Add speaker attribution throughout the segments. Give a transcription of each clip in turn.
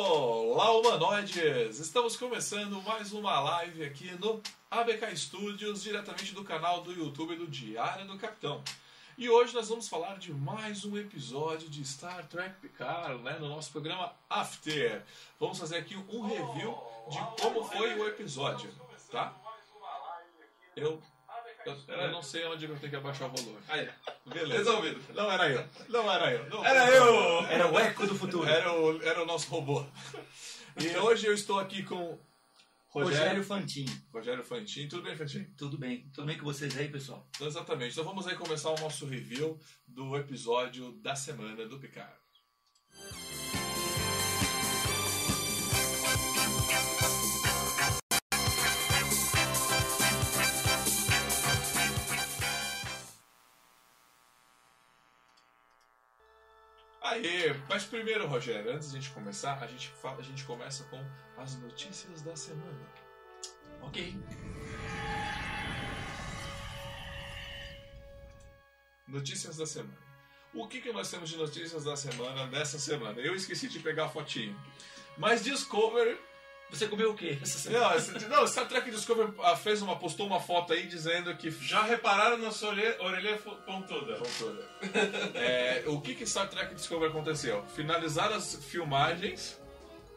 Speaker 1: Olá, humanoides! Estamos começando mais uma live aqui no ABK Studios, diretamente do canal do YouTube do Diário do Capitão. E hoje nós vamos falar de mais um episódio de Star Trek Picard, né, no nosso programa After. Vamos fazer aqui um review de como foi o episódio, tá? Eu, eu, eu não sei onde eu tenho que abaixar o valor.
Speaker 2: Aí,
Speaker 1: Beleza.
Speaker 2: resolvido.
Speaker 1: Não era eu, não era eu. É. Não
Speaker 2: Era eu!
Speaker 3: Era o eco do futuro.
Speaker 1: Era o, era o nosso robô. E hoje eu estou aqui com Rogério,
Speaker 3: Rogério Fantini.
Speaker 1: Rogério Fantin. Tudo bem, Fantin?
Speaker 3: Tudo bem? Tudo bem com vocês aí, pessoal?
Speaker 1: Então, Exatamente. Então vamos aí começar o nosso review do episódio da semana do Picard. Aê! Mas primeiro, Rogério, antes de a gente começar, a gente, fala- a gente começa com as notícias da semana.
Speaker 3: Ok.
Speaker 1: Notícias da semana. O que, que nós temos de notícias da semana dessa semana? Eu esqueci de pegar a fotinho. Mas Discovery.
Speaker 3: Você comeu o quê essa semana?
Speaker 1: Não, essa- não Star Trek Discovery ah, fez uma, postou uma foto aí dizendo que.
Speaker 2: Já repararam na sua orelha, orelha fu- pontuda?
Speaker 1: Voltou, né? É, o que, que Star Trek Discovery aconteceu? Finalizaram as filmagens.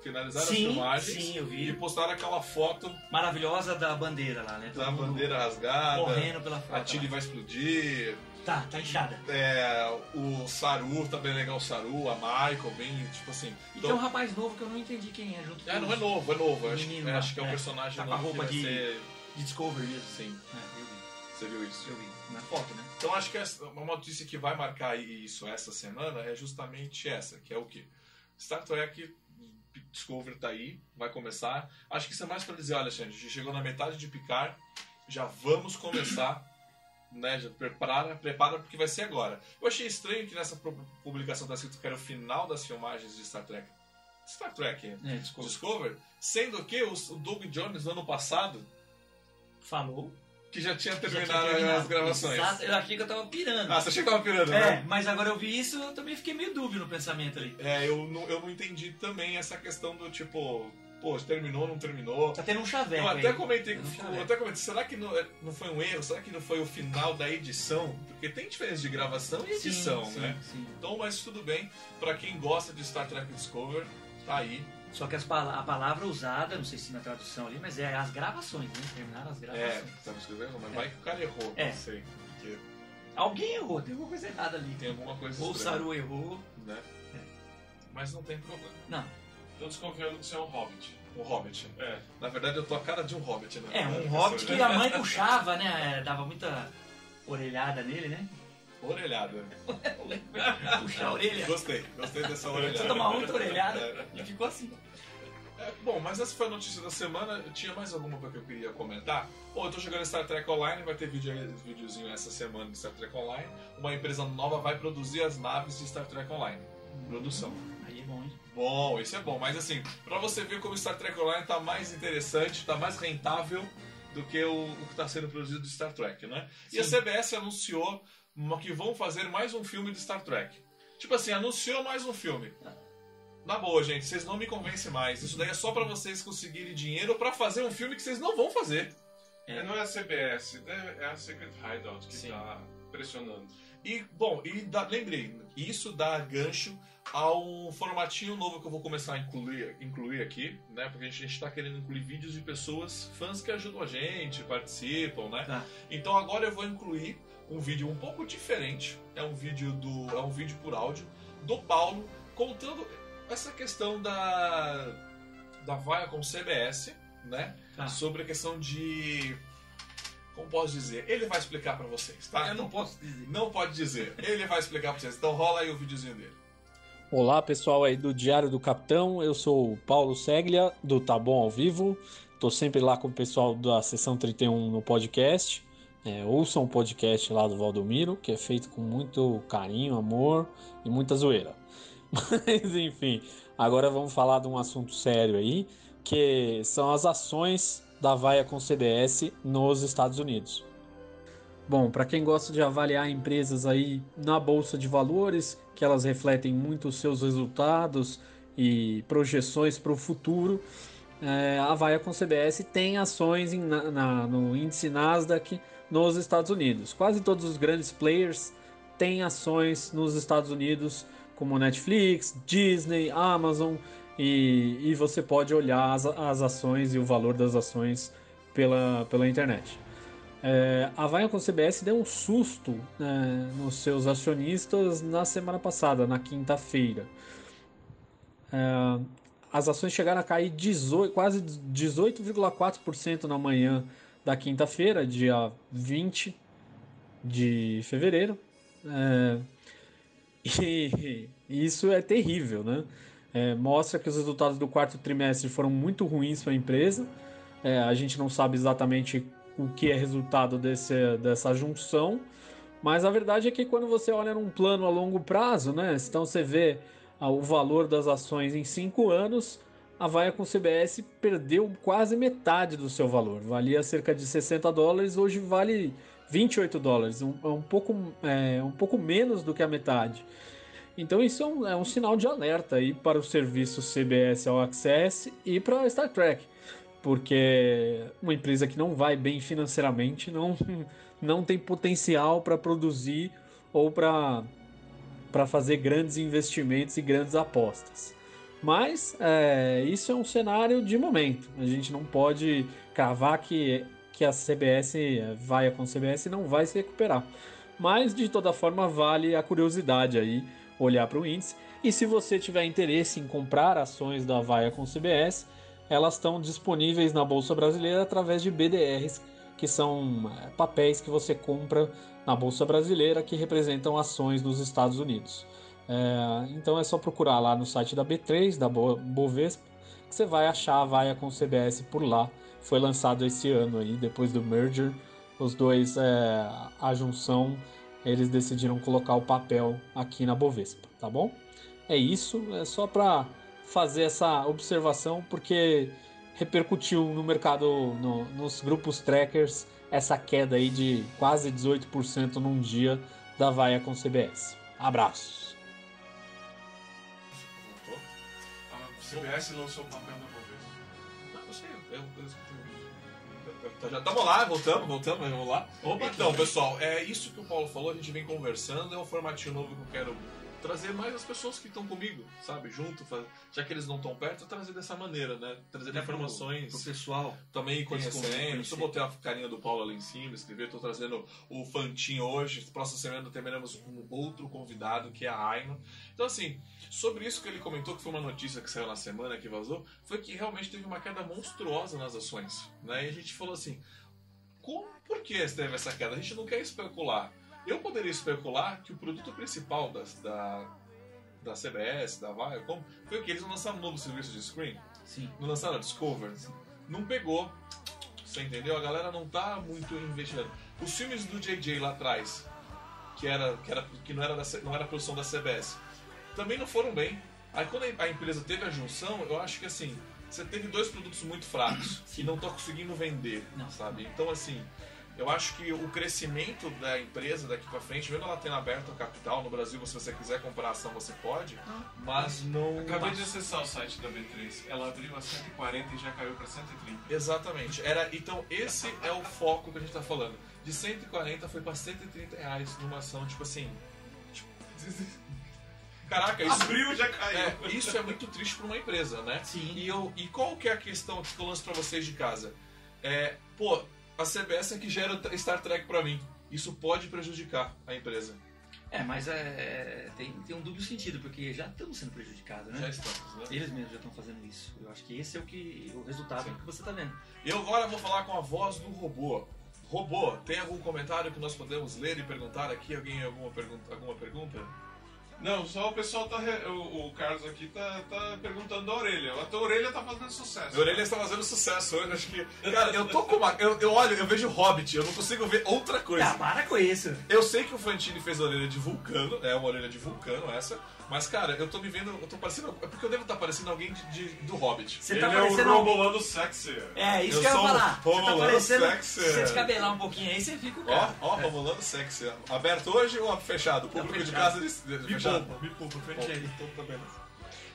Speaker 1: Finalizaram as
Speaker 3: Sim,
Speaker 1: filmagens.
Speaker 3: sim, eu vi.
Speaker 1: E postaram aquela foto
Speaker 3: Maravilhosa da bandeira lá, né? Todo
Speaker 1: da
Speaker 3: mundo
Speaker 1: bandeira rasgada.
Speaker 3: Morrendo pela
Speaker 1: A
Speaker 3: frota.
Speaker 1: Tilly vai explodir.
Speaker 3: lá. Tá, tá inchada.
Speaker 1: É, o Saru, tá bem legal o Saru, a Michael, bem, tipo assim.
Speaker 3: E
Speaker 1: então-
Speaker 3: tem um rapaz novo que eu não entendi quem é junto
Speaker 1: É,
Speaker 3: com
Speaker 1: não é
Speaker 3: os
Speaker 1: novo, é novo. Acho,
Speaker 3: Menino,
Speaker 1: é, acho que é um
Speaker 3: é.
Speaker 1: personagem
Speaker 3: Tá com a
Speaker 1: novo.
Speaker 3: roupa
Speaker 1: que vai
Speaker 3: de-
Speaker 1: ser-
Speaker 3: de Discovery mesmo.
Speaker 1: Sim,
Speaker 3: É, eu vi.
Speaker 1: você viu isso.
Speaker 3: Eu vi. Na foto, né?
Speaker 1: Então acho que essa- uma notícia que vai marcar isso essa semana é justamente essa, que é o quê? Star Trek Discovery tá aí, vai começar. Acho que isso é mais pra dizer, olha, gente, a gente chegou na metade de picar, já vamos começar. Né, já prepara, prepara porque vai ser agora. Eu achei estranho que nessa pro- publicação tá escrito que era o final das filmagens de Star Trek. Star Trek,
Speaker 3: É, Discovery.
Speaker 1: Discovery, sendo que o o Doug Jones no ano passado
Speaker 3: Falou.
Speaker 1: que já tinha
Speaker 3: já tinha
Speaker 1: terminado as
Speaker 3: terminado.
Speaker 1: gravações.
Speaker 3: Exato. Eu achei que eu tava pirando.
Speaker 1: Ah, você chegou a pirando,
Speaker 3: é,
Speaker 1: né?
Speaker 3: mas agora eu vi isso, eu também fiquei meio dúbio no pensamento ali.
Speaker 1: É, eu não, eu não entendi também essa questão do tipo, pô, terminou, não terminou.
Speaker 3: Tá tendo um
Speaker 1: Eu
Speaker 3: chaveco aí.
Speaker 1: até comentei,
Speaker 3: Eu
Speaker 1: com-
Speaker 3: não sabia.
Speaker 1: eu até comentei, será que não, é, não foi um erro? Será que não foi o final da edição? Porque tem diferença de gravação e
Speaker 3: Sim,
Speaker 1: edição,
Speaker 3: sim,
Speaker 1: né?
Speaker 3: sim.
Speaker 1: Então, mas tudo bem, pra quem gosta de Star Trek Discovery, tá aí.
Speaker 3: Só que as pala- a palavra usada, não sei se na tradução ali, mas é as gravações, né? Terminaram as
Speaker 1: É,
Speaker 3: gravações.
Speaker 1: sabe escrevendo? Mas vai que o cara errou,
Speaker 3: É.
Speaker 1: não sei. Porque
Speaker 3: Alguém errou, tem alguma coisa errada ali.
Speaker 1: tem alguma coisa
Speaker 3: Ou o
Speaker 1: estranha,
Speaker 3: Saru É. errou.
Speaker 1: né? Mas não tem problema.
Speaker 3: Não,
Speaker 2: Tô desconfiando que você é um hobbit.
Speaker 1: O Hobbit.
Speaker 2: É.
Speaker 1: Na verdade, eu tô a cara de um hobbit, né?
Speaker 3: é um
Speaker 1: Cara,
Speaker 3: hobbit
Speaker 1: pessoa, né?
Speaker 3: que a mãe puxava, né? É, Dava muita orelhada nele, né?
Speaker 1: Orelhada.
Speaker 3: Puxar a orelha.
Speaker 1: Gostei, gostei dessa orelhada.
Speaker 3: Você tomava muita orelhada e ficou assim.
Speaker 1: É, bom, mas essa foi a notícia da semana. Tinha mais alguma coisa que eu queria comentar? Bom, eu tô jogando Star Trek Online, vai ter vídeo, videozinho essa semana de Star Trek Online. Uma empresa nova vai produzir as naves de Star Trek Online. Produção.
Speaker 3: Aí é bom, hein?
Speaker 1: Bom, isso é bom, mas assim, pra você ver como Star Trek Online tá mais interessante, tá mais rentável do que o, o que tá sendo produzido de Star Trek, né? E a
Speaker 3: Sim.
Speaker 1: CBS anunciou uma- que vão fazer mais um filme de Star Trek. Tipo assim, anunciou mais um filme. Na boa, gente, vocês não me convencem mais. Isso daí é só pra vocês conseguirem dinheiro pra fazer um filme que vocês não vão fazer.
Speaker 3: É.
Speaker 2: Não é a CBS, é a Secret Hideout que
Speaker 1: Sim.
Speaker 2: tá pressionando.
Speaker 1: E, bom, e dá- lembrei, isso dá gancho ao formatinho novo que eu vou começar a incluir, incluir aqui, né? Porque a gente está querendo incluir vídeos de pessoas, fãs que ajudam a gente, participam, né?
Speaker 3: Tá.
Speaker 1: Então agora eu vou incluir um vídeo um pouco diferente. É um vídeo do. É um vídeo por áudio do Paulo contando essa questão da. da Viacom CBS, né?
Speaker 3: Tá.
Speaker 1: Sobre a questão de. Como posso dizer? Ele vai explicar pra vocês, tá?
Speaker 3: Eu não posso dizer.
Speaker 1: Não pode dizer. Ele vai explicar pra vocês. Então rola aí o videozinho dele.
Speaker 4: Olá pessoal aí do Diário do Capitão, eu sou o Paulo Seglia do Tá Bom ao Vivo, tô sempre lá com o pessoal da Sessão 31 no podcast, é, ouçam o podcast lá do Valdomiro, que é feito com muito carinho, amor e muita zoeira. Mas enfim, agora vamos falar de um assunto sério aí, que são as ações da vaia com CBS nos Estados Unidos. Bom, para quem gosta de avaliar empresas aí na bolsa de valores, que elas refletem muito os seus resultados e projeções para o futuro, é, a Viacom CBS tem ações em- na- na- no índice Nasdaq nos Estados Unidos. Quase todos os grandes players têm ações nos Estados Unidos, como Netflix, Disney, Amazon, e, e você pode olhar as, as ações e o valor das ações pela, pela internet. É, a Viacom CBS deu um susto né, nos seus acionistas na semana passada, na quinta-feira. É, as ações chegaram a cair 18, quase 18,4% na manhã da quinta-feira, dia 20 de fevereiro. É, e isso é terrível, né? É, mostra que os resultados do quarto trimestre foram muito ruins para a empresa. É, a gente não sabe exatamente o que é resultado desse, dessa junção, mas a verdade é que quando você olha num plano a longo prazo, né? Então você vê ah, o valor das ações em cinco anos, a Viacom CBS perdeu quase metade do seu valor. Valia cerca de 60 dólares, hoje vale 28 dólares, um, é um, pouco, é, um pouco menos do que a metade. Então isso é um, é um sinal de alerta aí para o serviço CBS All Access e para a Star Trek, porque uma empresa que não vai bem financeiramente não, não tem potencial para produzir ou para para fazer grandes investimentos e grandes apostas. Mas é, isso é um cenário de momento. A gente não pode cravar que, que a CBS é, vai com CBS não vai se recuperar. Mas de toda forma vale a curiosidade aí olhar para o índice. E se você tiver interesse em comprar ações da Viacom CBS, elas estão disponíveis na Bolsa Brasileira através de BDRs, que são é, papéis que você compra na Bolsa Brasileira que representam ações nos Estados Unidos. É, então é só procurar lá no site da B3, da Bo- Bovespa, que você vai achar a vaia com CBS por lá. Foi lançado esse ano aí, depois do merger. Os dois, é, a junção, eles decidiram colocar o papel aqui na Bovespa, tá bom? É isso, é só para fazer essa observação, porque repercutiu no mercado, no- nos grupos trackers, essa queda aí de quase 18% num dia da vaia com CBS. Abraços.
Speaker 1: Voltou?
Speaker 2: A CBS lançou o papel da Bovespa.
Speaker 1: Não, não sei. Eu, eu- um- eu- eu- já estamos lá, voltamos, voltamos, mas vamos lá.
Speaker 2: Opa.
Speaker 1: Então, pessoal, é isso que o Paulo falou, a gente vem conversando, é um formatinho novo que eu quero trazer mais as pessoas que estão comigo, sabe, junto, faz- já que eles não estão perto, trazer dessa maneira, né? Trazer
Speaker 3: Pro-
Speaker 1: informações.
Speaker 3: Pro pessoal.
Speaker 1: Também
Speaker 3: Conhecer,
Speaker 1: conhecendo. Deixa
Speaker 3: conhecer.
Speaker 1: eu botar a carinha do Paulo ali em cima, escrever. Estou trazendo o Fantinho hoje. Próxima semana terminamos com outro convidado, que é a Aima. Então, assim, sobre isso que ele comentou, que foi uma notícia que saiu na semana, que vazou, foi que realmente teve uma queda monstruosa nas ações. Né? E a gente falou assim: como, por que teve essa queda? A gente não quer especular. Eu poderia especular que o produto principal das- da, da CBS, da Viacom, foi o que eles lançaram um novo serviço de screen
Speaker 3: Sim.
Speaker 1: não lançaram a Discover, não pegou. Você entendeu? A galera não tá muito investindo. Os filmes do JJ lá atrás, que, era, que, era, que não, era da, C- não era produção da CBS, também não foram bem. Aí quando a a empresa teve a junção, eu acho que assim, você teve dois produtos muito fracos que não estão conseguindo vender,
Speaker 3: Não.
Speaker 1: sabe? Então assim, eu acho que o crescimento da empresa daqui pra frente, mesmo ela tendo aberto o capital no Brasil, se você quiser comprar ação, você pode, mas não.
Speaker 2: Acabei de acessar o site da B3. Ela abriu a 140 e já caiu pra 130.
Speaker 1: Exatamente. Era, então esse é o foco que a gente tá falando. De 140 foi pra 130 reais numa ação, tipo assim. tipo, Caraca, isso,
Speaker 2: Abriu já caiu.
Speaker 1: é, isso é muito triste pra uma empresa, né?
Speaker 3: Sim.
Speaker 1: E, eu, e qual que é a questão que eu lanço pra vocês de casa? É, pô, a CBS é que gera o Star Trek pra mim. Isso pode prejudicar a empresa.
Speaker 3: É, mas é, tem, tem um duplo sentido, porque já estamos sendo prejudicados,
Speaker 1: Já
Speaker 3: né?
Speaker 1: estamos, né?
Speaker 3: Eles mesmos já estão fazendo isso. Eu acho que esse é o que o resultado
Speaker 1: Sim.
Speaker 3: que você está vendo.
Speaker 1: Eu agora vou falar com a voz do robô. Robô, tem algum comentário que nós podemos ler e perguntar aqui? Alguém alguma pergunta? Alguma pergunta?
Speaker 2: Não, só o pessoal tá. re- O, o Carlos aqui tá, tá perguntando da orelha. A tua orelha tá fazendo sucesso.
Speaker 1: Minha orelha está fazendo sucesso hoje, acho que. Cara, eu tô com uma. Eu, eu olho, eu vejo Hobbit, eu não consigo ver outra
Speaker 3: Tá,
Speaker 1: coisa.
Speaker 3: para com isso.
Speaker 1: Eu sei que o Fantini fez a orelha de vulcano, é uma orelha de vulcano essa, mas cara, eu tô me vendo. Eu tô parecendo. É porque eu devo estar parecendo alguém de, de- do Hobbit.
Speaker 3: Você
Speaker 2: Ele
Speaker 3: tá
Speaker 2: é o
Speaker 3: parecendo.
Speaker 2: Romulano sexy.
Speaker 3: É, isso
Speaker 1: Eu
Speaker 3: que eu ia
Speaker 1: sou
Speaker 3: falar.
Speaker 1: um
Speaker 3: Você tá
Speaker 1: Romulano
Speaker 3: parecendo.
Speaker 1: sexy.
Speaker 3: Se você descabelar um pouquinho aí, você fica o
Speaker 1: Ó,
Speaker 3: cara.
Speaker 1: ó, Romulano sexy. Aberto hoje ou fechado? O público de
Speaker 3: fechado.
Speaker 1: casa. eles-
Speaker 2: Tá Me
Speaker 1: Fechado?
Speaker 2: poupa, me poupa,
Speaker 1: Bom,
Speaker 2: frente aí.
Speaker 1: então tá beleza.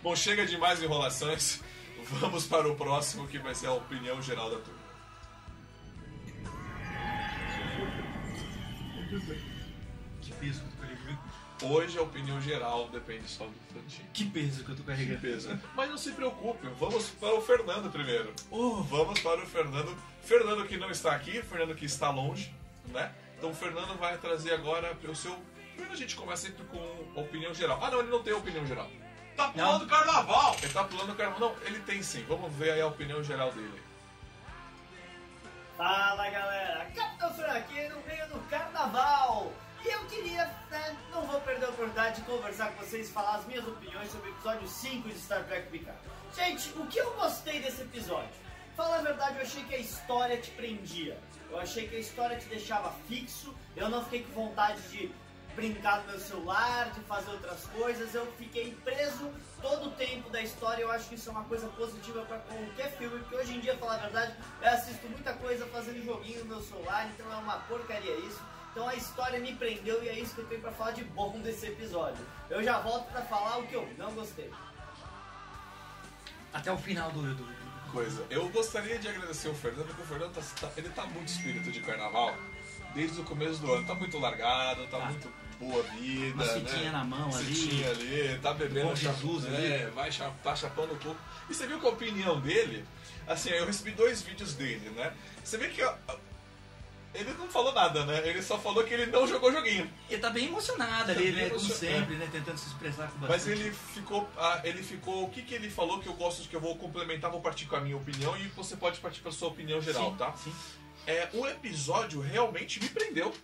Speaker 1: Bom, chega de mais enrolações. Vamos para o próximo, que vai ser a opinião geral da turma.
Speaker 3: Que peso que eu tô carregando.
Speaker 1: Hoje a opinião geral depende só do Fantino.
Speaker 3: Que peso que eu tô
Speaker 1: Que
Speaker 3: carregando.
Speaker 1: peso. Mas não se preocupem, vamos para o Fernando primeiro.
Speaker 3: Oh,
Speaker 1: Vamos para o Fernando. Fernando que não está aqui, Fernando que está longe, né? Então o Fernando vai trazer agora o seu. Primeiro a gente começa sempre com opinião geral. Ah não, ele não tem opinião geral.
Speaker 2: Tá
Speaker 3: Não.
Speaker 2: pulando carnaval!
Speaker 1: Ele tá pulando o carnaval. Não, ele tem sim. Vamos ver aí a opinião geral dele.
Speaker 5: Fala galera, Capitão Fraqueiro veio do carnaval! E eu queria, né, não vou perder a oportunidade de conversar com vocês e falar as minhas opiniões sobre o episódio 5 de Star Trek Picard. Gente, o que eu gostei desse episódio? Fala a verdade, eu achei que a história te prendia. Eu achei que a história te deixava fixo, eu não fiquei com vontade de brincar no meu celular, de fazer outras coisas, eu fiquei preso todo o tempo da história, eu acho que isso é uma coisa positiva pra qualquer filme, porque hoje em dia, falar a verdade, eu assisto muita coisa fazendo joguinho no meu celular, então é uma porcaria isso. Então a história me prendeu e é isso que eu tenho pra falar de bom desse episódio. Eu já volto pra falar o que eu não gostei.
Speaker 3: até o final do. do- do-
Speaker 1: Coisa. Eu gostaria de agradecer o Fernando, porque o Fernando tá, tá- ele tá muito espírito de carnaval desde o começo do ano. Tá muito largado, tá
Speaker 3: Tá.
Speaker 1: muito boa vida.
Speaker 3: Uma
Speaker 1: né?
Speaker 3: fitinha na mão ali.
Speaker 1: Citinha ali, tá bebendo.
Speaker 3: Bom Jesus
Speaker 1: chapa- é, vai cha- tá chapando o coco. E você viu que a opinião dele, assim, eu recebi dois vídeos dele, né? Você vê que ó, ele não falou nada, né? Ele só falou que ele não jogou joguinho.
Speaker 3: Ele tá bem emocionado
Speaker 1: Tá bem
Speaker 3: ali, né? Como
Speaker 1: emocionado.
Speaker 3: sempre, né? Tentando se expressar com
Speaker 1: Mas
Speaker 3: bastante.
Speaker 1: ele ficou. ah, ele ficou. O que, que ele falou que eu gosto de que eu vou complementar, vou partir com a minha opinião e você pode partir pra sua opinião geral,
Speaker 3: Sim,
Speaker 1: tá?
Speaker 3: Sim.
Speaker 1: É, o episódio realmente me prendeu.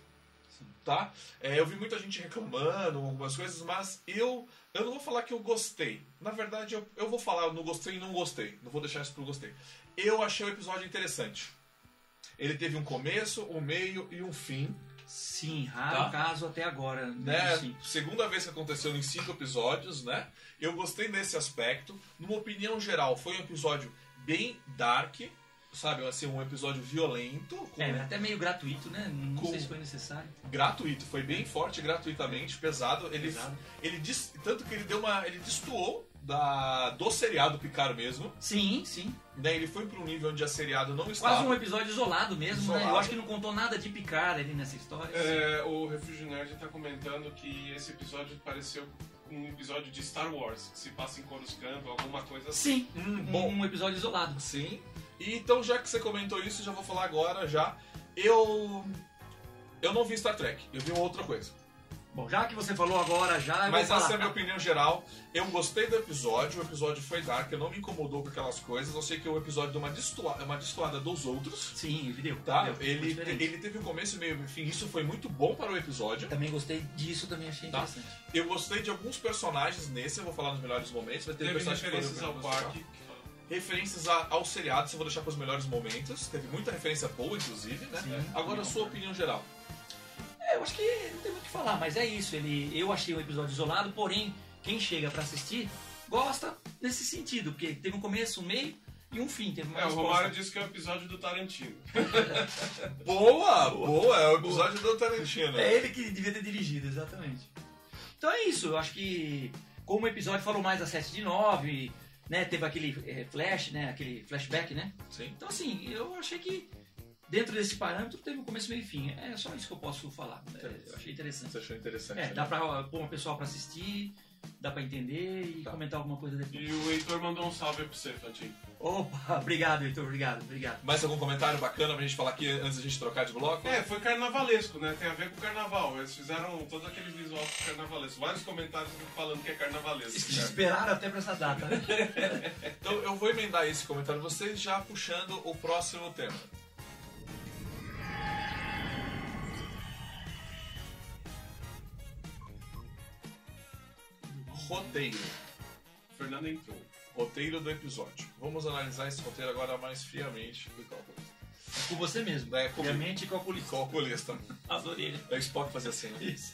Speaker 1: Tá? É, eu vi muita gente reclamando, algumas coisas, mas eu eu não vou falar que eu gostei. Na verdade, eu, eu vou falar no gostei e não gostei. Não vou deixar isso pro gostei. Eu achei o episódio interessante. Ele teve um começo, um meio e um fim.
Speaker 3: Sim, raro
Speaker 1: Tá.
Speaker 3: caso até agora.
Speaker 1: Né?
Speaker 3: Sim.
Speaker 1: Segunda vez que aconteceu em cinco episódios, né? Eu gostei desse aspecto. Numa opinião geral, foi um episódio bem dark, sabe? Assim, um episódio violento. com-
Speaker 3: É, até meio gratuito, né? Não
Speaker 1: Com-
Speaker 3: sei se foi necessário.
Speaker 1: gratuito, foi bem forte, gratuitamente, pesado. Ele,
Speaker 3: Pesado.
Speaker 1: ele dis- tanto que ele deu uma, ele destoou da do seriado Picard mesmo,
Speaker 3: Sim, sim.
Speaker 1: né? Ele foi para um nível onde a seriado não estava.
Speaker 3: Quase um episódio isolado mesmo, né?
Speaker 1: Isolado.
Speaker 3: Eu acho que não contou nada de picar ali nessa história.
Speaker 2: É, o Refúgio Nerd tá comentando que esse episódio pareceu um episódio de Star Wars, que se passa em Coruscant, alguma coisa assim.
Speaker 3: Sim,
Speaker 1: Hum,
Speaker 3: um-
Speaker 1: bom,
Speaker 3: um episódio isolado.
Speaker 1: sim. E então já que você comentou isso, já vou falar agora já. Eu eu não vi Star Trek, eu vi outra coisa.
Speaker 3: Bom, já que você falou agora, já Ah, eu
Speaker 1: Mas
Speaker 3: vou falar.
Speaker 1: essa é a minha opinião geral. Eu gostei do episódio, o episódio foi dark, eu não me incomodou com aquelas coisas. Eu sei que o episódio deu uma destoa- uma destoada dos outros.
Speaker 3: Sim, entendeu?
Speaker 1: Tá?
Speaker 3: Entendeu? Foi
Speaker 1: Ele,
Speaker 3: diferente.
Speaker 1: ele teve um começo, meio e fim. Isso foi muito bom para o episódio.
Speaker 3: Também gostei disso, também achei
Speaker 1: Tá.
Speaker 3: interessante.
Speaker 1: Eu gostei de alguns personagens nesse, eu vou falar nos melhores momentos. Vai ter
Speaker 2: Teve
Speaker 1: personagens que foram
Speaker 2: referências ao
Speaker 1: menos
Speaker 2: parque.
Speaker 1: legal. Referências a, ao seriado, isso eu vou deixar para os melhores momentos. Teve muita referência boa, inclusive, né?
Speaker 3: Sim.
Speaker 1: Agora, a sua opinião geral.
Speaker 3: É, eu acho que não tem muito o que falar, mas é isso. Ele, eu achei um episódio isolado, porém, quem chega pra assistir gosta nesse sentido, porque teve um começo, um meio e um fim. Teve uma
Speaker 2: É, o
Speaker 3: resposta.
Speaker 2: Romário disse que é um episódio do Tarantino.
Speaker 1: Boa! Boa! É o episódio do Tarantino.
Speaker 3: É ele que devia ter dirigido, exatamente. Então é isso, eu acho que como o episódio falou mais da 7 de 9, né, teve aquele eh, flash, né, aquele flashback, né?
Speaker 1: Sim.
Speaker 3: Então assim, eu achei que dentro desse parâmetro teve um começo, meio e fim. É só isso que eu posso falar. É, eu achei interessante.
Speaker 1: Você achou interessante?
Speaker 3: É,
Speaker 1: né?
Speaker 3: dá pra pôr uma pessoa pra assistir, dá pra entender e
Speaker 1: Tá.
Speaker 3: comentar alguma coisa depois.
Speaker 2: E o Heitor mandou um salve aí pra você, Flatinho.
Speaker 3: Opa, obrigado, Heitor, obrigado, obrigado.
Speaker 1: Mais algum comentário bacana pra gente falar aqui antes da gente trocar de bloco?
Speaker 2: É, foi carnavalesco, né? Tem a ver com carnaval. Eles fizeram todo aquele visual carnavalesco. Vários comentários falando que é carnavalesco. cara.
Speaker 3: Esperaram até pra essa data, né?
Speaker 1: Então eu vou emendar esse comentário de vocês já puxando o próximo tema. Roteiro.
Speaker 2: Fernando entrou.
Speaker 1: Roteiro do episódio. Vamos analisar esse roteiro agora mais friamente do cálculo.
Speaker 3: Com você mesmo.
Speaker 1: É,
Speaker 3: Com
Speaker 1: como
Speaker 3: a mente e com a polícia.
Speaker 1: né? calculista.
Speaker 3: As orelhas.
Speaker 1: É o Spock fazer assim. né?
Speaker 3: Isso.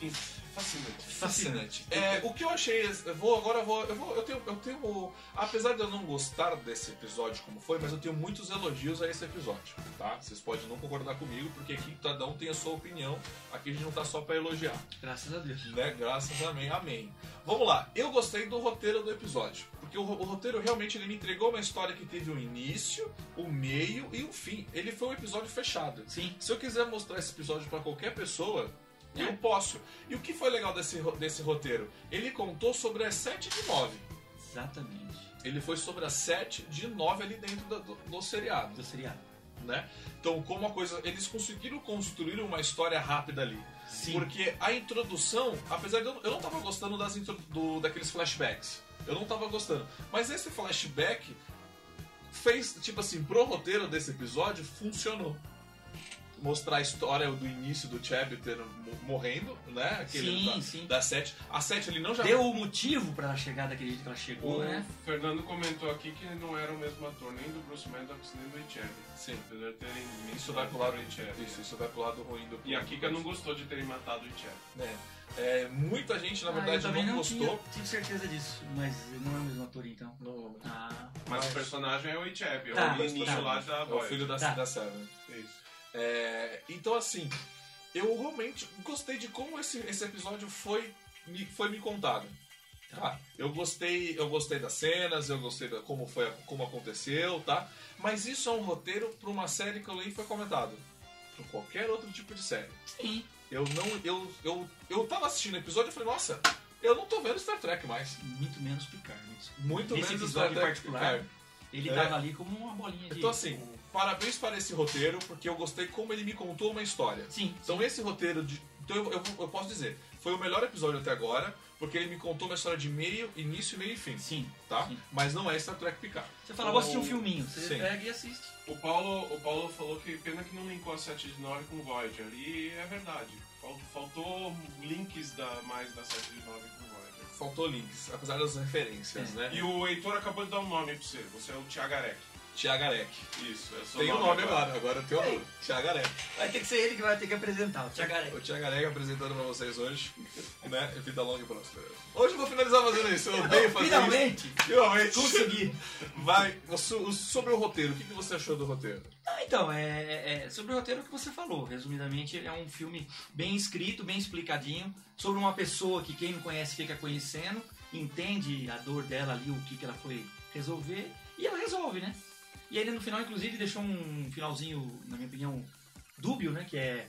Speaker 3: Isso.
Speaker 2: Fascinante.
Speaker 1: Fascinante. É, o que eu achei. Eu vou agora, eu vou, eu vou. Eu tenho. Eu tenho. Apesar de eu não gostar desse episódio como foi, mas eu tenho muitos elogios a esse episódio, tá? Vocês podem não concordar comigo, porque aqui cada um tem a sua opinião. Aqui a gente não tá só pra elogiar.
Speaker 3: Graças a Deus.
Speaker 1: Né? Graças a amém, amém. Vamos lá, eu gostei do roteiro do episódio. Porque o, o roteiro realmente ele me entregou uma história que teve um início, um meio e um fim. Ele foi um episódio fechado.
Speaker 3: Sim.
Speaker 1: Se eu quiser mostrar esse episódio pra qualquer pessoa, eu posso. E o que foi legal desse, ro- desse roteiro? Ele contou sobre as 7 de 9.
Speaker 3: Exatamente.
Speaker 1: Ele foi sobre as 7 de 9 ali dentro da- do, do seriado,
Speaker 3: Do seriado.
Speaker 1: né? Então, como a coisa. Eles conseguiram construir uma história rápida ali.
Speaker 3: Sim.
Speaker 1: Porque a introdução, apesar de eu, eu não tava gostando das intro, do, daqueles flashbacks. Eu não tava gostando. Mas esse flashback fez, tipo assim, pro roteiro desse episódio, funcionou. Mostrar a história do início do Chapter mo- morrendo, né? Aquele
Speaker 3: Sim,
Speaker 1: da,
Speaker 3: sim.
Speaker 1: da sete. A sete ele não já.
Speaker 3: Deu o motivo pra ela chegar daquele jeito que ela chegou,
Speaker 2: O
Speaker 3: né?
Speaker 2: Fernando comentou aqui que não era o mesmo ator nem do Bruce Maddox nem do Echebe.
Speaker 1: Sim.
Speaker 2: Apesar de terem
Speaker 1: Isso vai pro lado
Speaker 2: do Echebe.
Speaker 1: Isso, isso vai pro lado ruim do
Speaker 2: né? E a Kika não gostou de terem matado o Echebe.
Speaker 1: É. É, muita gente, na
Speaker 3: Ah, eu
Speaker 1: verdade,
Speaker 3: também
Speaker 1: não,
Speaker 3: não
Speaker 1: gostou.
Speaker 3: Tinha, tive certeza disso, mas não é o mesmo ator então.
Speaker 1: No-
Speaker 3: Ah,
Speaker 2: Mas
Speaker 1: Mas-
Speaker 2: o personagem é o Echebe,
Speaker 3: Tá,
Speaker 2: é o menino
Speaker 3: tá.
Speaker 2: lá da
Speaker 1: é o
Speaker 2: Boy.
Speaker 1: filho da,
Speaker 3: Tá.
Speaker 1: da Seven.
Speaker 2: Isso.
Speaker 1: É, então, assim, eu realmente gostei de como esse, esse episódio foi me, foi me contado. Tá? Eu gostei, eu gostei das cenas, eu gostei de como foi, como aconteceu, tá? Mas isso é um roteiro para uma série que eu nem foi comentado, para qualquer outro tipo de série.
Speaker 3: sim.
Speaker 1: Eu não, eu, eu, eu tava assistindo o episódio e falei, nossa, eu não tô vendo Star Trek mais.
Speaker 3: Muito menos Picard. me desculpa.
Speaker 1: Muito
Speaker 3: Esse
Speaker 1: menos Star
Speaker 3: episódio
Speaker 1: Trek.
Speaker 3: particular,
Speaker 1: É.
Speaker 3: Ele
Speaker 1: É.
Speaker 3: tava ali como uma bolinha de.
Speaker 1: Então, assim, parabéns para esse roteiro, porque eu gostei como ele me contou uma história.
Speaker 3: Sim.
Speaker 1: Então esse roteiro de. Então eu, eu- eu posso dizer, foi o melhor episódio até agora, porque ele me contou uma história de meio, início, meio e fim,
Speaker 3: Sim.
Speaker 1: tá?
Speaker 3: Sim.
Speaker 1: Mas não é Star Trek Picard.
Speaker 3: Você fala, vou
Speaker 2: O-
Speaker 3: assistir um filminho. Você
Speaker 1: Sim.
Speaker 3: pega e assiste.
Speaker 2: O Paulo, o Paulo falou que pena que não linkou a 7 de 9 com Voyager. E é verdade. Fal- Faltou links da, mais da 7 de 9 com Voyager.
Speaker 1: Faltou links, apesar das referências,
Speaker 3: É.
Speaker 1: né?
Speaker 2: E o Heitor acabou de dar um nome pra você. Você é o Tiagarek.
Speaker 1: Tiagarek.
Speaker 2: Isso, é seu
Speaker 1: Tem o
Speaker 2: nome,
Speaker 1: nome agora, agora tem o nome. Tiagarek.
Speaker 3: Vai ter que ser ele que vai ter que apresentar, o Tiagaré.
Speaker 1: O Tiagarek apresentando pra vocês hoje, né? Vida longa e próspera. Hoje eu vou finalizar fazendo isso, eu odeio fazer isso.
Speaker 3: Finalmente!
Speaker 1: Finalmente!
Speaker 3: Consegui!
Speaker 1: Vai, o su- o- sobre o roteiro, o que que você achou do roteiro?
Speaker 3: Ah, então, é, é- é sobre o roteiro que você falou. Resumidamente, é um filme bem escrito, bem explicadinho, sobre uma pessoa que quem não conhece fica conhecendo, entende a dor dela ali, o que, que ela foi resolver, e ela resolve, né? E ele no final, inclusive, deixou um finalzinho, na minha opinião, dúbio, né? Que é.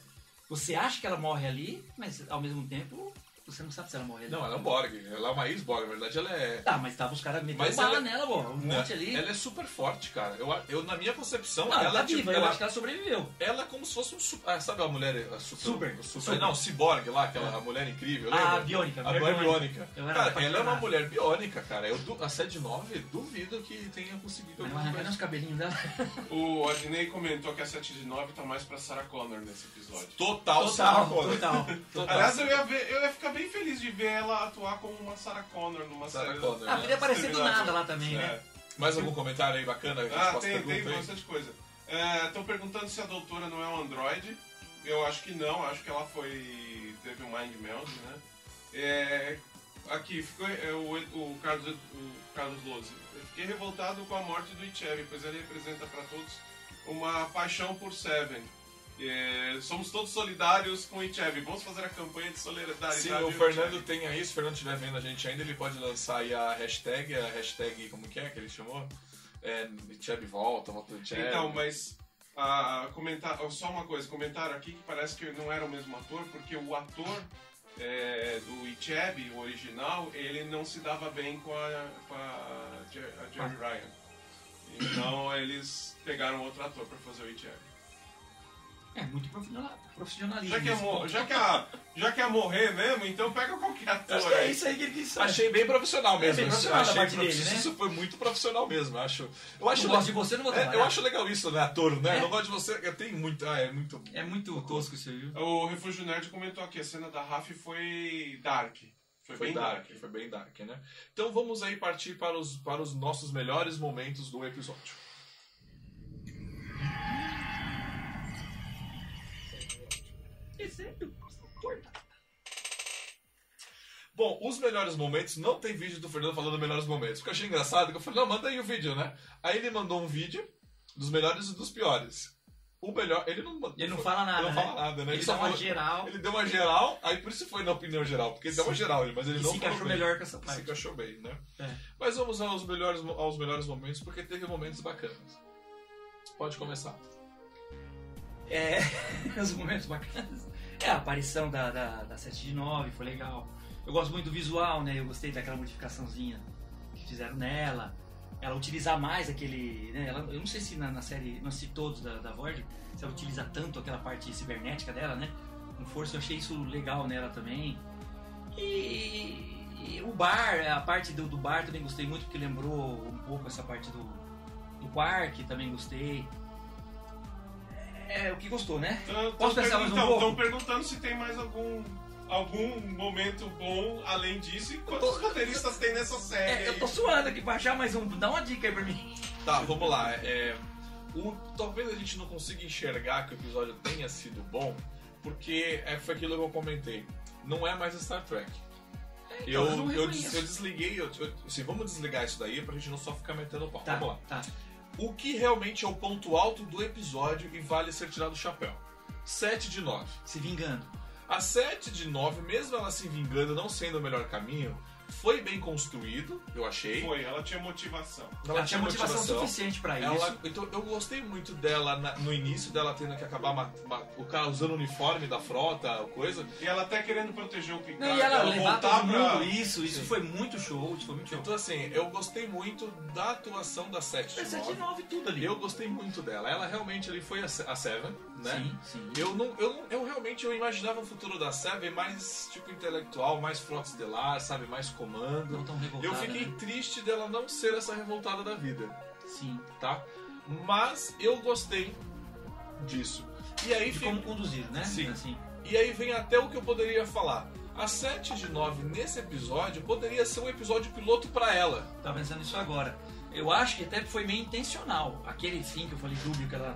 Speaker 3: Você acha que ela morre ali, mas ao mesmo tempo você não sabe se ela morre ali.
Speaker 1: Não, ela é um Borg, ela é uma ex-Borg, na verdade ela é
Speaker 3: Tá, mas tava os caras metendo
Speaker 1: Mas
Speaker 3: bala
Speaker 1: ela-
Speaker 3: nela, pô.
Speaker 1: Não,
Speaker 3: Um monte ali.
Speaker 1: Ela é super forte, cara. Eu, eu na minha concepção,
Speaker 3: Não, ela,
Speaker 1: ela,
Speaker 3: tá
Speaker 1: tipo,
Speaker 3: viva, eu
Speaker 1: ela,
Speaker 3: acho que ela sobreviveu.
Speaker 1: ela é como se fosse um super. Ah, sabe a mulher a super,
Speaker 3: Super. Super.
Speaker 1: Não, ciborgue lá, aquela a mulher incrível, lembra?
Speaker 3: Ah, a Biônica,
Speaker 1: A mulher biônica.
Speaker 3: Eu era
Speaker 1: Cara, ela é uma
Speaker 3: apaixonado.
Speaker 1: mulher biônica, cara. Eu, du- a 79 duvido que tenha conseguido
Speaker 3: Mas é não
Speaker 1: alguma
Speaker 3: arrancaram
Speaker 1: coisa.
Speaker 3: os cabelinhos dela.
Speaker 2: O Adnei comentou que a 7 de 9 tá mais pra Sarah Connor nesse episódio.
Speaker 1: Total, Sarah Connor.
Speaker 3: total.
Speaker 2: Aliás, eu ia, ver- eu ia ficar bem feliz de ver ela atuar como uma Sarah Connor numa
Speaker 1: Sarah
Speaker 2: série.
Speaker 1: Connor.
Speaker 3: Ah, podia aparecer do
Speaker 2: Terminado.
Speaker 3: nada lá também,
Speaker 2: É.
Speaker 3: né?
Speaker 1: né? Mais algum comentário aí bacana? que né? a gente
Speaker 2: Ah,
Speaker 1: possa
Speaker 2: tem, tem
Speaker 1: perguntar aí?
Speaker 2: bastante coisa. Estão perguntando se a doutora não é um androide. Eu acho que não, acho que ela foi. teve um mind meld, né? É, aqui, ficou, é, o, o Carlos, o Carlos Lose. Eu fiquei revoltado com a morte do Ichebe, pois ele representa para todos uma paixão por Seven. É, somos todos solidários com o Ichebe. Vamos fazer a campanha de solidariedade.
Speaker 1: Se
Speaker 2: ao
Speaker 1: o
Speaker 2: Ichebe.
Speaker 1: Fernando tem aí, se o Fernando estiver vendo a gente ainda, ele pode lançar aí a hashtag, a hashtag, como que é que ele chamou? É, Cheb volta, volta do Cheb.
Speaker 2: Então, mas ah, comentar, oh, só uma coisa, comentaram aqui que parece que não era o mesmo ator, porque o ator eh, do Icheb, o original, ele não se dava bem com a, com a Jer- a Jerry
Speaker 3: Ah.
Speaker 2: Ryan. Então eles pegaram outro ator pra fazer o Icheb.
Speaker 3: É muito profissional- profissionalismo.
Speaker 2: Já que, é
Speaker 3: isso.
Speaker 2: mo- já, que é- já que é morrer mesmo, então pega qualquer
Speaker 3: Acho
Speaker 2: ator
Speaker 3: que é
Speaker 1: né?
Speaker 2: aí.
Speaker 3: isso aí que ele quis fazer.
Speaker 1: Achei bem profissional mesmo.
Speaker 3: É
Speaker 1: assim,
Speaker 3: bem profissional
Speaker 1: Achei
Speaker 3: da parte dele,
Speaker 1: profi-
Speaker 3: né?
Speaker 1: Isso foi muito profissional mesmo, eu acho. Eu acho
Speaker 3: não gosto de você, não vou
Speaker 1: é,
Speaker 3: trabalhar.
Speaker 1: eu acho legal isso, né, ator, né?
Speaker 3: É.
Speaker 1: Eu não gosto de você. Eu tenho muito. Ah, é muito.
Speaker 3: É muito tosco isso aí, viu?
Speaker 2: O Refúgio Nerd comentou aqui, a cena da Raf foi dark. Foi,
Speaker 1: Foi
Speaker 2: bem
Speaker 1: dark,
Speaker 2: dark.
Speaker 1: foi bem dark, né? Então vamos aí partir para os, para os nossos melhores momentos do episódio.
Speaker 3: Esse é o-
Speaker 1: Bom, os melhores momentos, não tem vídeo do Fernando falando melhores momentos. O que eu achei engraçado, é que eu falei, não, manda aí o vídeo, né? Aí ele mandou um vídeo dos melhores e dos piores. O melhor, ele não mandou.
Speaker 3: Ele não fala nada,
Speaker 1: Ele não
Speaker 3: né?
Speaker 1: fala nada, né?
Speaker 3: Ele dá uma
Speaker 1: falou-
Speaker 3: geral
Speaker 1: Ele deu uma geral, aí por isso foi na opinião geral, porque ele deu uma geral, mas ele
Speaker 3: e
Speaker 1: não falou
Speaker 3: se encaixou
Speaker 1: bem.
Speaker 3: melhor com essa
Speaker 1: se
Speaker 3: parte.
Speaker 1: encaixou bem, né?
Speaker 3: É.
Speaker 1: Mas vamos aos melhores, aos melhores momentos, porque teve momentos bacanas. Pode começar.
Speaker 3: É, os momentos bacanas. É, a aparição da, da, da 7 de 9 foi legal. Eu gosto muito do visual, né? Eu gostei daquela modificaçãozinha que fizeram nela. Ela utilizar mais aquele. Né? Ela, eu não sei se na, na série, não sei todos da, da Void, se ela utiliza tanto aquela parte cibernética dela, né? Com força, eu achei isso legal nela também. E, e o bar, a parte do, do bar também gostei muito, porque lembrou um pouco essa parte do, do parque, também gostei. É, o que gostou, né?
Speaker 2: Então,
Speaker 3: Posso pensar mais um pouco?
Speaker 2: Estão perguntando se tem mais algum, algum momento bom além disso e quantos roteiristas tem nessa série.
Speaker 3: É, eu tô suando aqui, baixar mais um. Dá uma dica aí pra mim.
Speaker 1: Tá, vamos lá. É, o, talvez a gente não consiga enxergar que o episódio tenha sido bom, porque é, foi aquilo que eu comentei. Não é mais Star Trek.
Speaker 3: então,
Speaker 1: Eu,
Speaker 3: eu não
Speaker 1: eu,
Speaker 3: reconheço.
Speaker 1: des- eu desliguei, eu, eu- assim, vamos desligar isso daí pra gente não só ficar metendo o pau.
Speaker 3: Tá,
Speaker 1: Vamos lá.
Speaker 3: tá.
Speaker 1: O que realmente é o ponto alto do episódio e vale ser tirado o chapéu? 7 de 9.
Speaker 3: Se vingando.
Speaker 1: A 7 de 9, mesmo ela se vingando, não sendo o melhor caminho, foi bem construído, eu achei.
Speaker 2: Foi, ela tinha motivação.
Speaker 3: Ela, tinha motivação, suficiente pra
Speaker 1: Ela-
Speaker 3: isso.
Speaker 1: então, eu gostei muito dela na- no início, dela tendo que acabar ma- ma- o cara usando o uniforme da frota, coisa.
Speaker 3: Então.
Speaker 2: E ela até querendo proteger o Picard.
Speaker 3: Não, e ela levar
Speaker 2: voltar
Speaker 3: todo mundo,
Speaker 2: pra...
Speaker 3: isso, isso foi muito show, isso foi muito show.
Speaker 1: Então, assim, eu gostei muito da atuação da 7
Speaker 3: Foi
Speaker 1: de
Speaker 3: 7
Speaker 1: 9.
Speaker 3: 9 é tudo ali.
Speaker 1: Eu gostei muito dela. Ela realmente ali foi a, Se- a Seven, né?
Speaker 3: Sim, sim.
Speaker 1: Eu, não, eu, não- eu realmente eu imaginava um futuro da Seven mais tipo intelectual, mais frota estelar, sabe? Mais comando.
Speaker 3: Não tão
Speaker 1: Eu
Speaker 3: revoltada,
Speaker 1: fiquei
Speaker 3: né?
Speaker 1: triste dela não ser essa revoltada da vida,
Speaker 3: Sim.
Speaker 1: tá? Mas eu gostei disso. E aí
Speaker 3: De
Speaker 1: fica-
Speaker 3: como conduzir, né?
Speaker 1: Sim.
Speaker 3: Assim.
Speaker 1: E aí vem até o que eu poderia falar. A 7 de 9 nesse episódio poderia ser um episódio piloto pra ela.
Speaker 3: Tava pensando nisso agora. Eu acho que até foi meio intencional. Aquele fim que eu falei, dúbio, que ela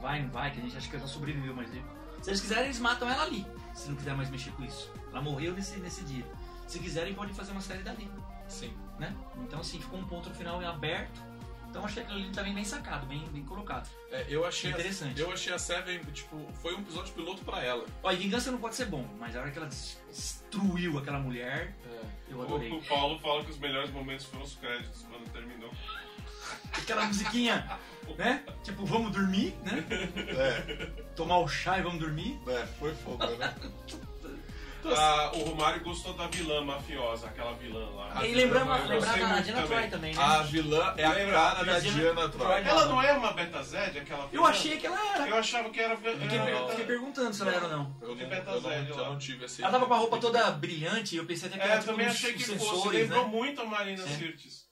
Speaker 3: vai, não vai, que a gente acha que ela sobreviveu, mas ele- se eles quiserem, eles matam ela ali. Se não quiser mais mexer com isso. Ela morreu nesse, nesse dia. Se quiserem, podem fazer uma série dali,
Speaker 1: Sim.
Speaker 3: né? Então, assim, ficou um ponto no final aberto. Então, achei aquilo ali também bem sacado, bem, bem colocado.
Speaker 1: É, eu achei
Speaker 3: Interessante.
Speaker 1: eu achei a Seven, tipo, foi um episódio piloto pra ela.
Speaker 3: Olha, vingança não pode ser bom, mas a hora que ela des- destruiu aquela mulher,
Speaker 1: É.
Speaker 3: eu
Speaker 2: O,
Speaker 3: adorei.
Speaker 2: o Paulo fala que os melhores momentos foram os créditos quando terminou.
Speaker 3: Aquela musiquinha, né? Tipo, vamos dormir, né?
Speaker 1: É,
Speaker 3: Tomar o chá e vamos dormir.
Speaker 1: é, foi fogo, né?
Speaker 3: Então, assim-
Speaker 2: Ah, o Romário gostou da vilã mafiosa, aquela vilã lá.
Speaker 1: Ah,
Speaker 3: e lembrava,
Speaker 2: eu
Speaker 3: lembrava
Speaker 2: gostei
Speaker 3: a
Speaker 2: muito
Speaker 3: Diana Troy
Speaker 2: também.
Speaker 3: também, né?
Speaker 1: A vilã é a cara da
Speaker 3: Diana
Speaker 1: Diana Troy.
Speaker 2: Ela não é uma Beta Zed, aquela
Speaker 3: Eu
Speaker 2: vilã?
Speaker 3: achei que ela era.
Speaker 2: Eu achava que era. é, era
Speaker 3: Fiquei, per-
Speaker 1: não.
Speaker 3: fiquei perguntando se ela era ou não.
Speaker 1: Eu não,
Speaker 2: Que beta
Speaker 1: eu não-
Speaker 2: Zed
Speaker 1: eu
Speaker 2: lá.
Speaker 1: não tive esse.
Speaker 3: Ela tava com a roupa toda brilhante, eu pensei até que
Speaker 2: É,
Speaker 3: era tipo
Speaker 2: também
Speaker 3: uns-
Speaker 2: achei que
Speaker 3: uns
Speaker 2: fosse.
Speaker 3: sensores,
Speaker 2: Lembrou
Speaker 3: né?
Speaker 2: muito a Marina
Speaker 3: Sim.
Speaker 2: Sirtis.